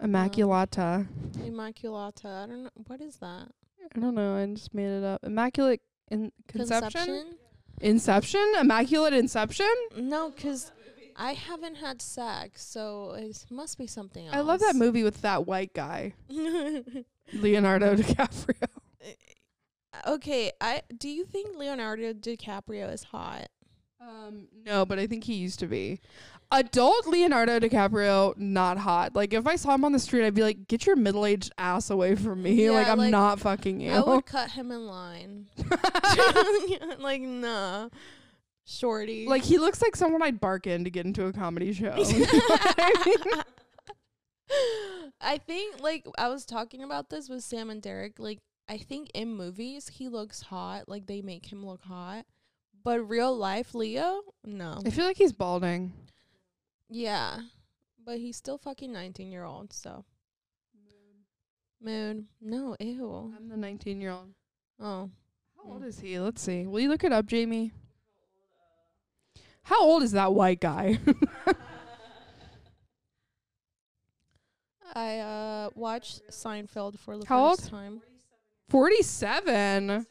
[SPEAKER 1] Immaculata.
[SPEAKER 2] Immaculata. I don't know what is that?
[SPEAKER 1] I don't know. I just made it up. Immaculate in- conception? Inception? Immaculate inception?
[SPEAKER 2] No, 'cause I haven't had sex, so it must be something else.
[SPEAKER 1] I love that movie with that white guy,
[SPEAKER 2] movie.
[SPEAKER 1] Leonardo DiCaprio.
[SPEAKER 2] okay, I do you think Leonardo DiCaprio is hot?
[SPEAKER 1] Um, no, but I think he used to be. Adult Leonardo DiCaprio, not hot. Like if I saw him on the street, I'd be like, "Get your middle-aged ass away from me!
[SPEAKER 2] Yeah,
[SPEAKER 1] like I'm
[SPEAKER 2] like,
[SPEAKER 1] not fucking
[SPEAKER 2] I
[SPEAKER 1] you."
[SPEAKER 2] would cut him in line. like nah, shorty.
[SPEAKER 1] like he looks like someone I'd bark in to get into a comedy show.
[SPEAKER 2] I think like I was talking about this with Sam and Derek. Like I think in movies he looks hot, like they make him look hot. But real life Leo, no.
[SPEAKER 1] I feel like he's balding.
[SPEAKER 2] Yeah. But he's still fucking 19 year old, so. Moon. No, ew.
[SPEAKER 1] I'm the 19-year-old.
[SPEAKER 2] Oh.
[SPEAKER 1] How old is he? Let's see. Will you look it up, Jamie? How old is that white guy?
[SPEAKER 2] I uh watched Seinfeld for the
[SPEAKER 1] How
[SPEAKER 2] first time.
[SPEAKER 1] 47.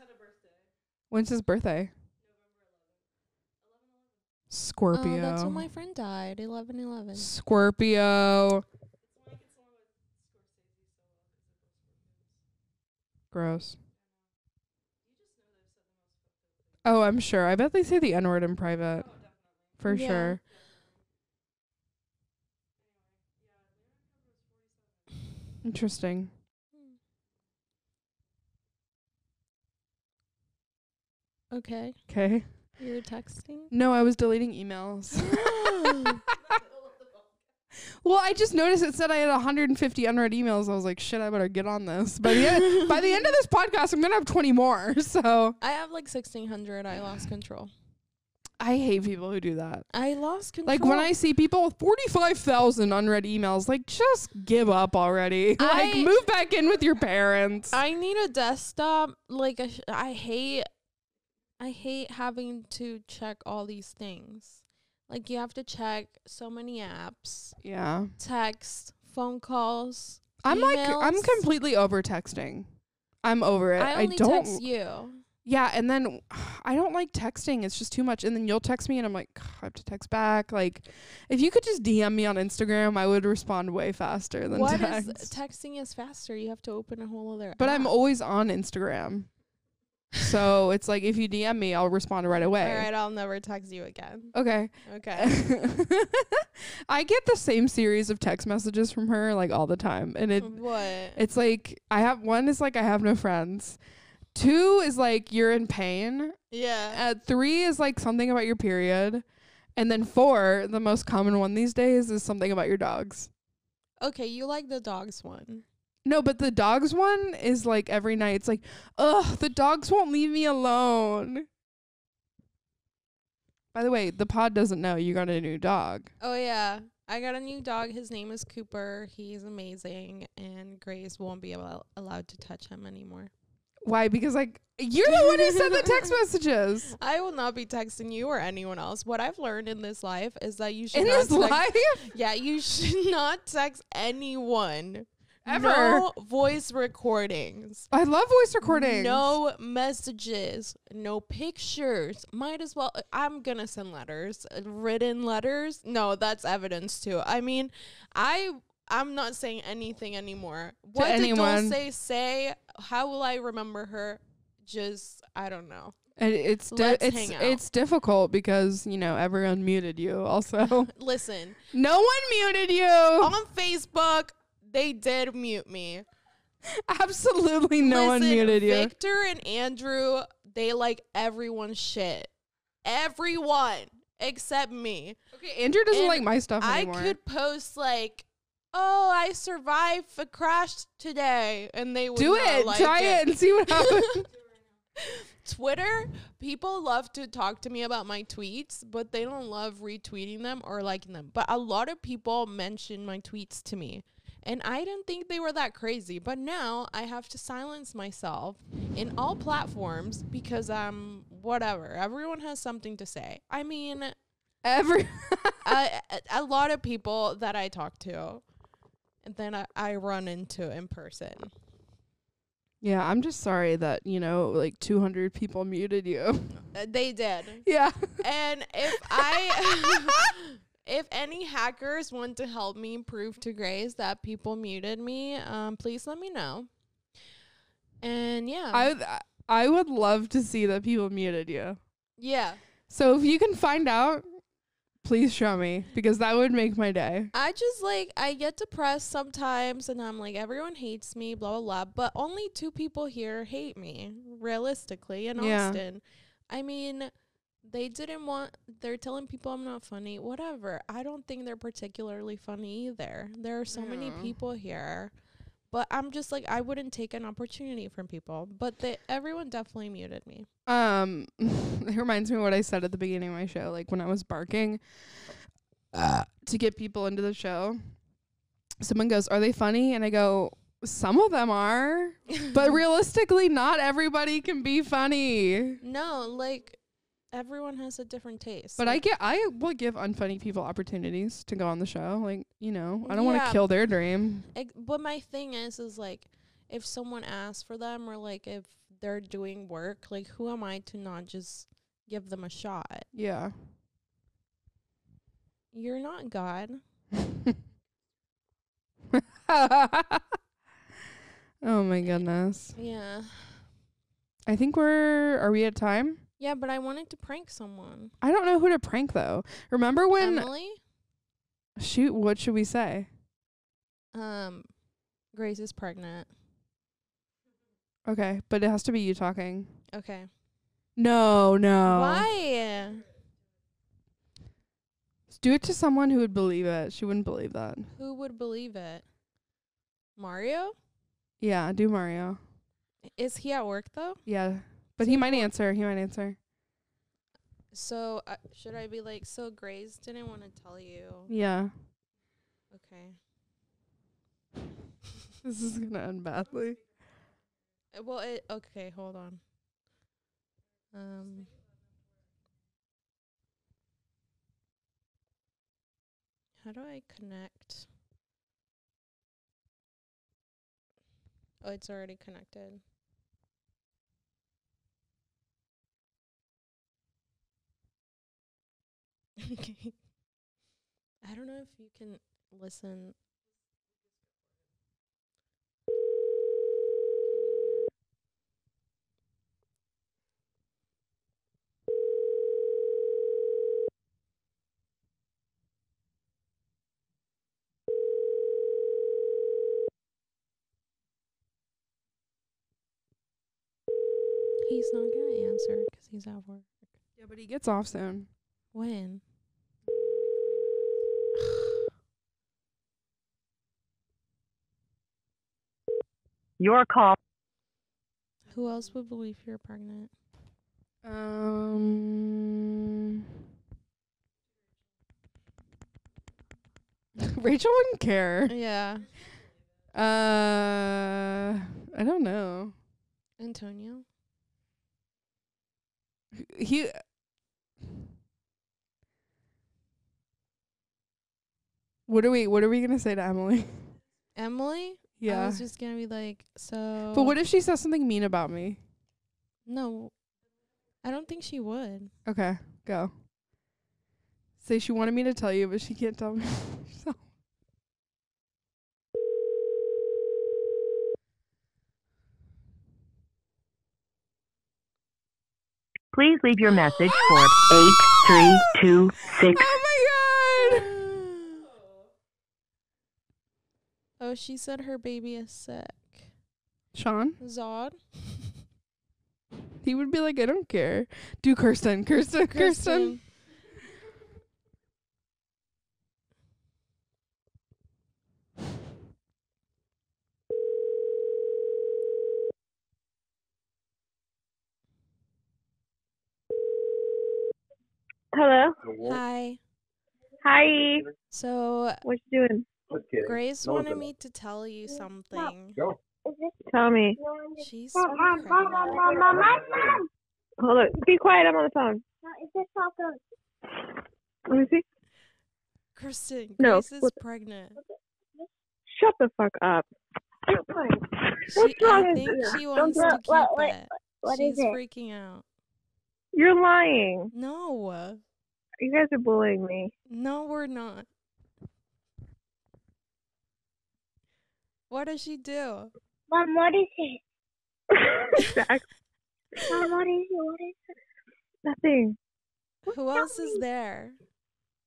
[SPEAKER 1] When's his birthday? Scorpio.
[SPEAKER 2] Oh, that's when my friend died. Eleven eleven.
[SPEAKER 1] Scorpio. Gross. Oh, I'm sure. I bet they say the N word in private. For
[SPEAKER 2] Yeah.
[SPEAKER 1] sure. Interesting.
[SPEAKER 2] Okay.
[SPEAKER 1] Okay.
[SPEAKER 2] You were texting?
[SPEAKER 1] No, I was deleting emails. well, I just noticed it said I had 150 unread emails. I was like, shit, I better get on this. By the end, by the end of this podcast, I'm gonna have 20 more. So
[SPEAKER 2] I have like sixteen hundred. I lost control.
[SPEAKER 1] I hate people who do that.
[SPEAKER 2] I lost control.
[SPEAKER 1] Like when I see people with 45,000 unread emails, like just give up already. like
[SPEAKER 2] I-
[SPEAKER 1] move back in with your parents.
[SPEAKER 2] I need a desktop. Like I, sh- I hate, I hate having to check all these things. Like you have to check so many apps,
[SPEAKER 1] yeah.
[SPEAKER 2] text, phone calls.
[SPEAKER 1] I'm like I'm
[SPEAKER 2] Emails.
[SPEAKER 1] completely over texting. I'm over it.
[SPEAKER 2] I
[SPEAKER 1] I,
[SPEAKER 2] only
[SPEAKER 1] don't
[SPEAKER 2] text you.
[SPEAKER 1] Yeah, and then I don't like texting. It's just too much. And then you'll text me and I'm like, "Ugh, I have to text back. Like if you could just DM me on Instagram, I would respond way faster than
[SPEAKER 2] What is
[SPEAKER 1] text.
[SPEAKER 2] texting is faster? You have to open a whole other.
[SPEAKER 1] but I'm
[SPEAKER 2] app.
[SPEAKER 1] always on Instagram. So it's like if you DM me, I'll respond right away.
[SPEAKER 2] All right, I'll never text you again.
[SPEAKER 1] Okay.
[SPEAKER 2] Okay.
[SPEAKER 1] I get the same series of text messages from her like all the time. And it
[SPEAKER 2] what?
[SPEAKER 1] it's like I have one is like I have no friends. Two is like you're in pain.
[SPEAKER 2] Yeah.
[SPEAKER 1] Uh, three is like something about your period. And then four, the most common one these days is something about your dogs.
[SPEAKER 2] Okay, you like the dogs one.
[SPEAKER 1] No, but the dogs one is like every night. It's like, ugh, the dogs won't leave me alone. By the way, the pod doesn't know you got a new dog.
[SPEAKER 2] Oh yeah. I got a new dog. His name is Cooper. He's amazing and Grace won't be able, allowed to touch him anymore.
[SPEAKER 1] Why? Because like you're the one who sent the text messages
[SPEAKER 2] I will not be texting you or anyone else. What I've learned in this life is that you should
[SPEAKER 1] in
[SPEAKER 2] not
[SPEAKER 1] this
[SPEAKER 2] text,
[SPEAKER 1] life.
[SPEAKER 2] Yeah, you should not text anyone.
[SPEAKER 1] Ever.
[SPEAKER 2] No voice recordings.
[SPEAKER 1] I love voice recording.
[SPEAKER 2] No messages, no pictures. Might as well. uh, I'm gonna send letters, uh, written letters. No, that's evidence too. I mean, I I'm not saying anything anymore. What did
[SPEAKER 1] anyone.
[SPEAKER 2] Dulce say? How will I remember her? Just I don't know.
[SPEAKER 1] And it's di-
[SPEAKER 2] Let's
[SPEAKER 1] it's
[SPEAKER 2] hang out.
[SPEAKER 1] it's difficult because you know everyone muted you. Also, Oh
[SPEAKER 2] Listen,
[SPEAKER 1] no one muted you.
[SPEAKER 2] on Facebook they did mute me.
[SPEAKER 1] Absolutely, no one
[SPEAKER 2] Listen,
[SPEAKER 1] muted you.
[SPEAKER 2] Victor and Andrew, they like everyone's shit. Everyone except me.
[SPEAKER 1] okay, Andrew doesn't
[SPEAKER 2] and
[SPEAKER 1] like my stuff
[SPEAKER 2] I
[SPEAKER 1] anymore.
[SPEAKER 2] could post like, "Oh, I survived a crash today," and they would
[SPEAKER 1] do
[SPEAKER 2] not
[SPEAKER 1] it,
[SPEAKER 2] Like
[SPEAKER 1] try it. and see what happens.
[SPEAKER 2] Twitter people love to talk to me about my tweets, but they don't love retweeting them or liking them. But a lot of people mention my tweets to me, And I didn't think they were that crazy, but now I have to silence myself in all platforms because I'm whatever. Everyone has something to say. I mean,
[SPEAKER 1] Every
[SPEAKER 2] I- a, a lot of people that I talk to, and then I, I run into in person.
[SPEAKER 1] Yeah, I'm just sorry that, you know, like 200 people muted you.
[SPEAKER 2] Uh, They did.
[SPEAKER 1] yeah.
[SPEAKER 2] And if I, if any hackers want to help me prove to Grace that people muted me, um, please let me know. And yeah,
[SPEAKER 1] I would I would love to see that people muted you.
[SPEAKER 2] yeah,
[SPEAKER 1] So if you can find out, please show me because that would make my day.
[SPEAKER 2] I just like I get depressed sometimes, and I'm like, everyone hates me, blah blah blah. But only two people here hate me, realistically, in
[SPEAKER 1] Yeah.
[SPEAKER 2] Austin. I mean, they didn't want. They're telling people I'm not funny. Whatever. I don't think they're particularly funny either. There are so many
[SPEAKER 1] Yeah.
[SPEAKER 2] people here, but I'm just like I wouldn't take an opportunity from people. But they, everyone definitely muted me.
[SPEAKER 1] Um it reminds me of what I said at the beginning of my show like when I was barking uh, to get people into the show. Someone goes, "Are they funny?" and I go, "Some of them are, but realistically not everybody can be funny."
[SPEAKER 2] No, like everyone has a different taste.
[SPEAKER 1] But I
[SPEAKER 2] Like,
[SPEAKER 1] get I will give unfunny people opportunities to go on the show. Like, you know, I don't want
[SPEAKER 2] Yeah.
[SPEAKER 1] to kill their dream.
[SPEAKER 2] Ex- but my thing is is like if someone asks for them or like if they're doing work like who am i to not just give them a shot
[SPEAKER 1] Yeah.
[SPEAKER 2] you're not god
[SPEAKER 1] oh my goodness.
[SPEAKER 2] yeah
[SPEAKER 1] I think we're are we at time?
[SPEAKER 2] yeah but i wanted to prank someone
[SPEAKER 1] I don't know who to prank though. Remember when
[SPEAKER 2] emily
[SPEAKER 1] shoot, what should we say?
[SPEAKER 2] um grace is pregnant
[SPEAKER 1] Okay, but it has to be you talking.
[SPEAKER 2] okay
[SPEAKER 1] No, no.
[SPEAKER 2] why
[SPEAKER 1] Do it to someone who would believe it. She wouldn't believe that.
[SPEAKER 2] who would believe it mario
[SPEAKER 1] Yeah, do Mario.
[SPEAKER 2] is he at work though
[SPEAKER 1] Yeah. But he might answer. He might answer.
[SPEAKER 2] so uh, should i be like so grace didn't want to tell you
[SPEAKER 1] Yeah.
[SPEAKER 2] okay
[SPEAKER 1] This is gonna end badly.
[SPEAKER 2] Uh, Well, it, okay, hold on. Um, how do I connect? Oh, it's already connected. Okay. I don't know if you can listen. He's not gonna answer 'cause he's at work.
[SPEAKER 1] Yeah, but he gets off soon.
[SPEAKER 2] When?
[SPEAKER 6] Your call.
[SPEAKER 2] Who else would believe you're pregnant?
[SPEAKER 1] Um, Rachel wouldn't care.
[SPEAKER 2] Yeah.
[SPEAKER 1] Uh, I don't know.
[SPEAKER 2] Antonio?
[SPEAKER 1] He. What are we? What are we gonna say to Emily?
[SPEAKER 2] Emily? I
[SPEAKER 1] Yeah.
[SPEAKER 2] was just gonna be like, so.
[SPEAKER 1] But what if she says something mean about me?
[SPEAKER 2] No. I don't think she would.
[SPEAKER 1] Okay, go. Say she wanted me to tell you, but she can't tell me. so.
[SPEAKER 6] Please leave your message for 8326.
[SPEAKER 1] Oh my god!
[SPEAKER 2] Oh, she said her baby is sick.
[SPEAKER 1] Sean,
[SPEAKER 2] Zod?
[SPEAKER 1] he would be like, I don't care. Do Kirsten, Kirsten, Kirsten.
[SPEAKER 7] Hello.
[SPEAKER 2] Hi.
[SPEAKER 7] Hi.
[SPEAKER 2] So
[SPEAKER 7] What you doing? Just kidding.
[SPEAKER 2] Grace
[SPEAKER 7] No one's
[SPEAKER 2] wanted
[SPEAKER 7] in
[SPEAKER 2] me to tell you something.
[SPEAKER 7] there. Go.
[SPEAKER 8] Tell me.
[SPEAKER 2] She's so crazy.
[SPEAKER 8] Hold on. Be quiet. I'm on the phone.
[SPEAKER 9] Uh,
[SPEAKER 8] Let me see.
[SPEAKER 2] Kristen,
[SPEAKER 8] No,
[SPEAKER 2] Grace is
[SPEAKER 8] what-
[SPEAKER 2] pregnant.
[SPEAKER 8] Shut the fuck up.
[SPEAKER 2] She,
[SPEAKER 8] wrong
[SPEAKER 2] I
[SPEAKER 8] with
[SPEAKER 2] think
[SPEAKER 8] you?
[SPEAKER 2] she wants to
[SPEAKER 8] throw-
[SPEAKER 2] keep
[SPEAKER 8] what- what-
[SPEAKER 2] it.
[SPEAKER 8] what
[SPEAKER 2] She's
[SPEAKER 8] is it?
[SPEAKER 2] freaking out.
[SPEAKER 8] You're lying.
[SPEAKER 2] No,
[SPEAKER 8] You guys are bullying me.
[SPEAKER 2] no, we're not. What does she do?
[SPEAKER 9] Mom, what is it?
[SPEAKER 8] Zach,
[SPEAKER 9] Mom, what is it? What is it?
[SPEAKER 8] nothing.
[SPEAKER 2] Who else is there?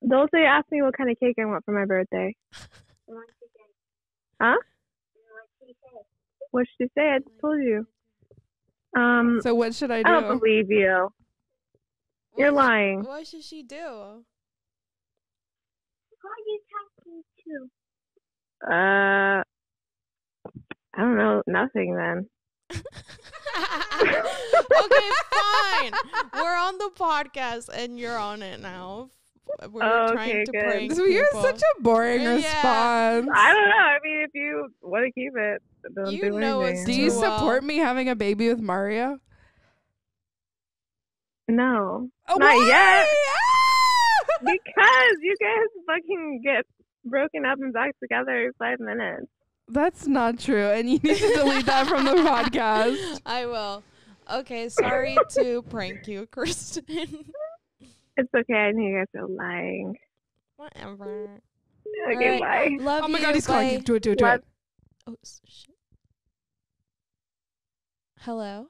[SPEAKER 8] Dulce asked me what kind of cake I want for my birthday.
[SPEAKER 9] What she said.
[SPEAKER 8] Huh?
[SPEAKER 9] What she said.
[SPEAKER 8] What she say? I just told you. Um,
[SPEAKER 1] So what should I
[SPEAKER 8] I don't
[SPEAKER 1] do?
[SPEAKER 8] believe you.
[SPEAKER 2] What
[SPEAKER 8] You're
[SPEAKER 2] sh-
[SPEAKER 8] lying.
[SPEAKER 2] What should she do?
[SPEAKER 9] Who are you talking to?
[SPEAKER 8] Uh, I don't know. Nothing then.
[SPEAKER 2] okay, fine. We're on the podcast and you're on it now. F- We're
[SPEAKER 8] Oh,
[SPEAKER 2] trying
[SPEAKER 8] okay,
[SPEAKER 2] to
[SPEAKER 8] good.
[SPEAKER 2] prank
[SPEAKER 1] This was
[SPEAKER 2] people.
[SPEAKER 1] such a boring
[SPEAKER 2] Yeah.
[SPEAKER 1] response.
[SPEAKER 8] I don't know. I mean, if you want to keep it, don't
[SPEAKER 2] You
[SPEAKER 8] do
[SPEAKER 2] know
[SPEAKER 8] anything.
[SPEAKER 2] it's
[SPEAKER 1] Do you
[SPEAKER 2] Well-
[SPEAKER 1] support me having a baby with Mario?
[SPEAKER 8] No,
[SPEAKER 1] Oh,
[SPEAKER 8] Not
[SPEAKER 1] why?
[SPEAKER 8] yet.
[SPEAKER 1] Ah!
[SPEAKER 8] because you guys fucking get broken up and back together every five minutes.
[SPEAKER 1] That's not true, and you need to delete that from the podcast.
[SPEAKER 2] I will. Okay, sorry to prank you, Kristen.
[SPEAKER 8] It's okay. I know you guys are lying.
[SPEAKER 2] Whatever.
[SPEAKER 8] Okay, bye.
[SPEAKER 2] Love
[SPEAKER 1] Oh my
[SPEAKER 2] you.
[SPEAKER 1] god, he's
[SPEAKER 2] bye.
[SPEAKER 1] calling. Do it, do it, do
[SPEAKER 8] Love-
[SPEAKER 1] it.
[SPEAKER 2] Oh s- shit. Hello.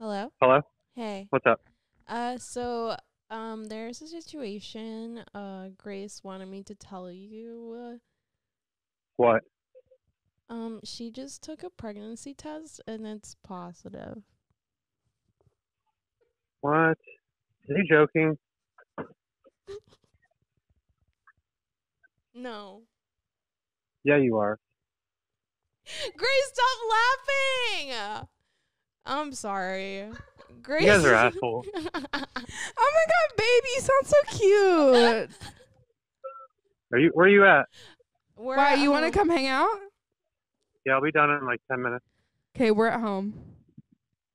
[SPEAKER 2] Hello.
[SPEAKER 10] Hello?
[SPEAKER 2] Hey.
[SPEAKER 10] What's up?
[SPEAKER 2] Uh, so um, there's a situation. Uh, Grace wanted me to tell you.
[SPEAKER 10] What?
[SPEAKER 2] Uh, um, she just took a pregnancy test and it's positive.
[SPEAKER 10] What? Are you joking?
[SPEAKER 2] No.
[SPEAKER 10] Yeah, you are.
[SPEAKER 2] Grace, stop laughing. I'm sorry. Grace.
[SPEAKER 10] You guys are assholes.
[SPEAKER 1] Oh my god, baby, you sound so cute.
[SPEAKER 10] Are you? Where are you at?
[SPEAKER 2] We're
[SPEAKER 1] Why,
[SPEAKER 2] at
[SPEAKER 1] you want to
[SPEAKER 2] home.
[SPEAKER 1] come hang out?
[SPEAKER 10] Yeah, I'll be done in like ten minutes.
[SPEAKER 1] Okay, we're at home.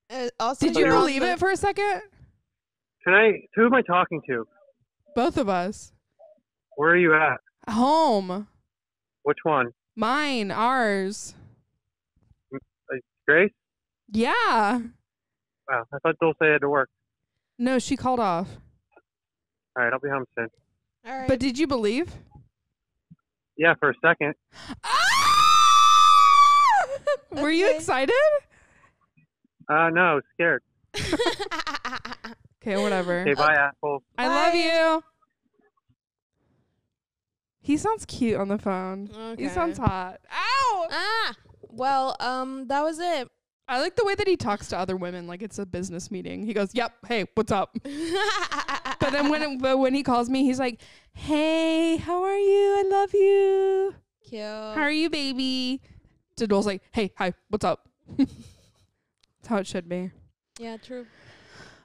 [SPEAKER 2] Uh, also,
[SPEAKER 1] Did you
[SPEAKER 2] you're on
[SPEAKER 1] believe
[SPEAKER 2] the-
[SPEAKER 1] it for a second?
[SPEAKER 10] Can I? Who am I talking to?
[SPEAKER 1] Both of us.
[SPEAKER 10] Where are you at?
[SPEAKER 1] Home.
[SPEAKER 10] Which one?
[SPEAKER 1] Mine, ours.
[SPEAKER 10] Grace?
[SPEAKER 1] Yeah.
[SPEAKER 10] Wow, I thought Dulce had to work.
[SPEAKER 1] No, she called off.
[SPEAKER 10] All right, I'll be home soon.
[SPEAKER 2] All right.
[SPEAKER 1] But did you believe?
[SPEAKER 10] Yeah, for a second.
[SPEAKER 1] Were you
[SPEAKER 2] Okay.
[SPEAKER 1] excited?
[SPEAKER 10] Uh, no, I was scared.
[SPEAKER 1] Okay, whatever.
[SPEAKER 10] Okay, bye, asshole.
[SPEAKER 1] I love
[SPEAKER 2] Bye.
[SPEAKER 1] you. He sounds cute on the phone. He sounds
[SPEAKER 2] Okay.
[SPEAKER 1] hot. Ow!
[SPEAKER 2] ah. Well, um, that was it.
[SPEAKER 1] I like the way that he talks to other women like it's a business meeting. He goes, "Yep, hey, what's up?" But then when it, but when he calls me, he's like, "Hey, how are you? I love you.
[SPEAKER 2] cute.
[SPEAKER 1] How are you, baby?" To Dole's like, "Hey, hi, what's up?" That's how it should be.
[SPEAKER 2] Yeah, true.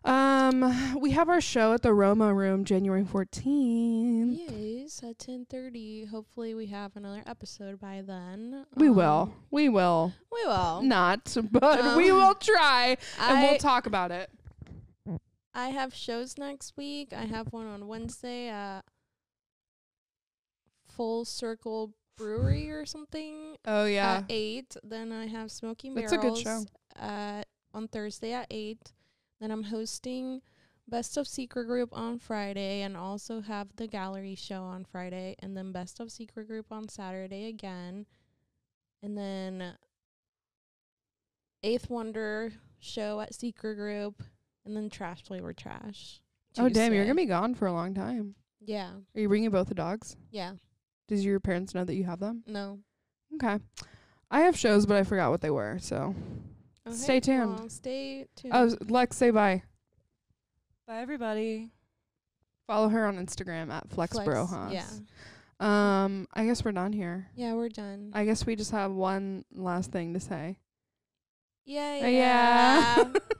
[SPEAKER 1] Um, we have our show at the Roma Room January 14th.
[SPEAKER 2] Yes, at ten thirty. Hopefully, we have another episode by then.
[SPEAKER 1] We
[SPEAKER 2] Um,
[SPEAKER 1] will. We will.
[SPEAKER 2] We
[SPEAKER 1] Oh.
[SPEAKER 2] will.
[SPEAKER 1] Not, but we
[SPEAKER 2] Um,
[SPEAKER 1] will try and
[SPEAKER 2] I,
[SPEAKER 1] we'll talk about it.
[SPEAKER 2] I have shows next week. I have one on Wednesday at Full Circle Brewery or something
[SPEAKER 1] Oh yeah.
[SPEAKER 2] at eight. Then I have Smoky Mirrors
[SPEAKER 1] That's a good show.
[SPEAKER 2] At, on Thursday at eight. Then I'm hosting Best of Secret Group on Friday, and also have the gallery show on Friday, and then Best of Secret Group on Saturday again, and then Eighth Wonder show at Secret Group, and then Trash Flavor Trash.
[SPEAKER 1] oh damn, you're
[SPEAKER 2] Tuesday.
[SPEAKER 1] gonna be gone for a long time.
[SPEAKER 2] yeah,
[SPEAKER 1] Are you bringing both the dogs?
[SPEAKER 2] yeah,
[SPEAKER 1] Does your parents know that you have them?
[SPEAKER 2] no.
[SPEAKER 1] Okay. I have shows, but I forgot what they were. So, Stay
[SPEAKER 2] Okay,
[SPEAKER 1] tuned.
[SPEAKER 2] well, stay tuned.
[SPEAKER 1] oh, Lex, say bye.
[SPEAKER 3] Bye, everybody.
[SPEAKER 1] Follow her on Instagram at Flex,
[SPEAKER 2] Flex,
[SPEAKER 1] Brojas.
[SPEAKER 2] Yeah,
[SPEAKER 1] Um, I guess we're done here.
[SPEAKER 2] yeah, we're done.
[SPEAKER 1] I guess we just have one last thing to say.
[SPEAKER 2] Yeah,
[SPEAKER 1] Uh, yeah.
[SPEAKER 2] yeah.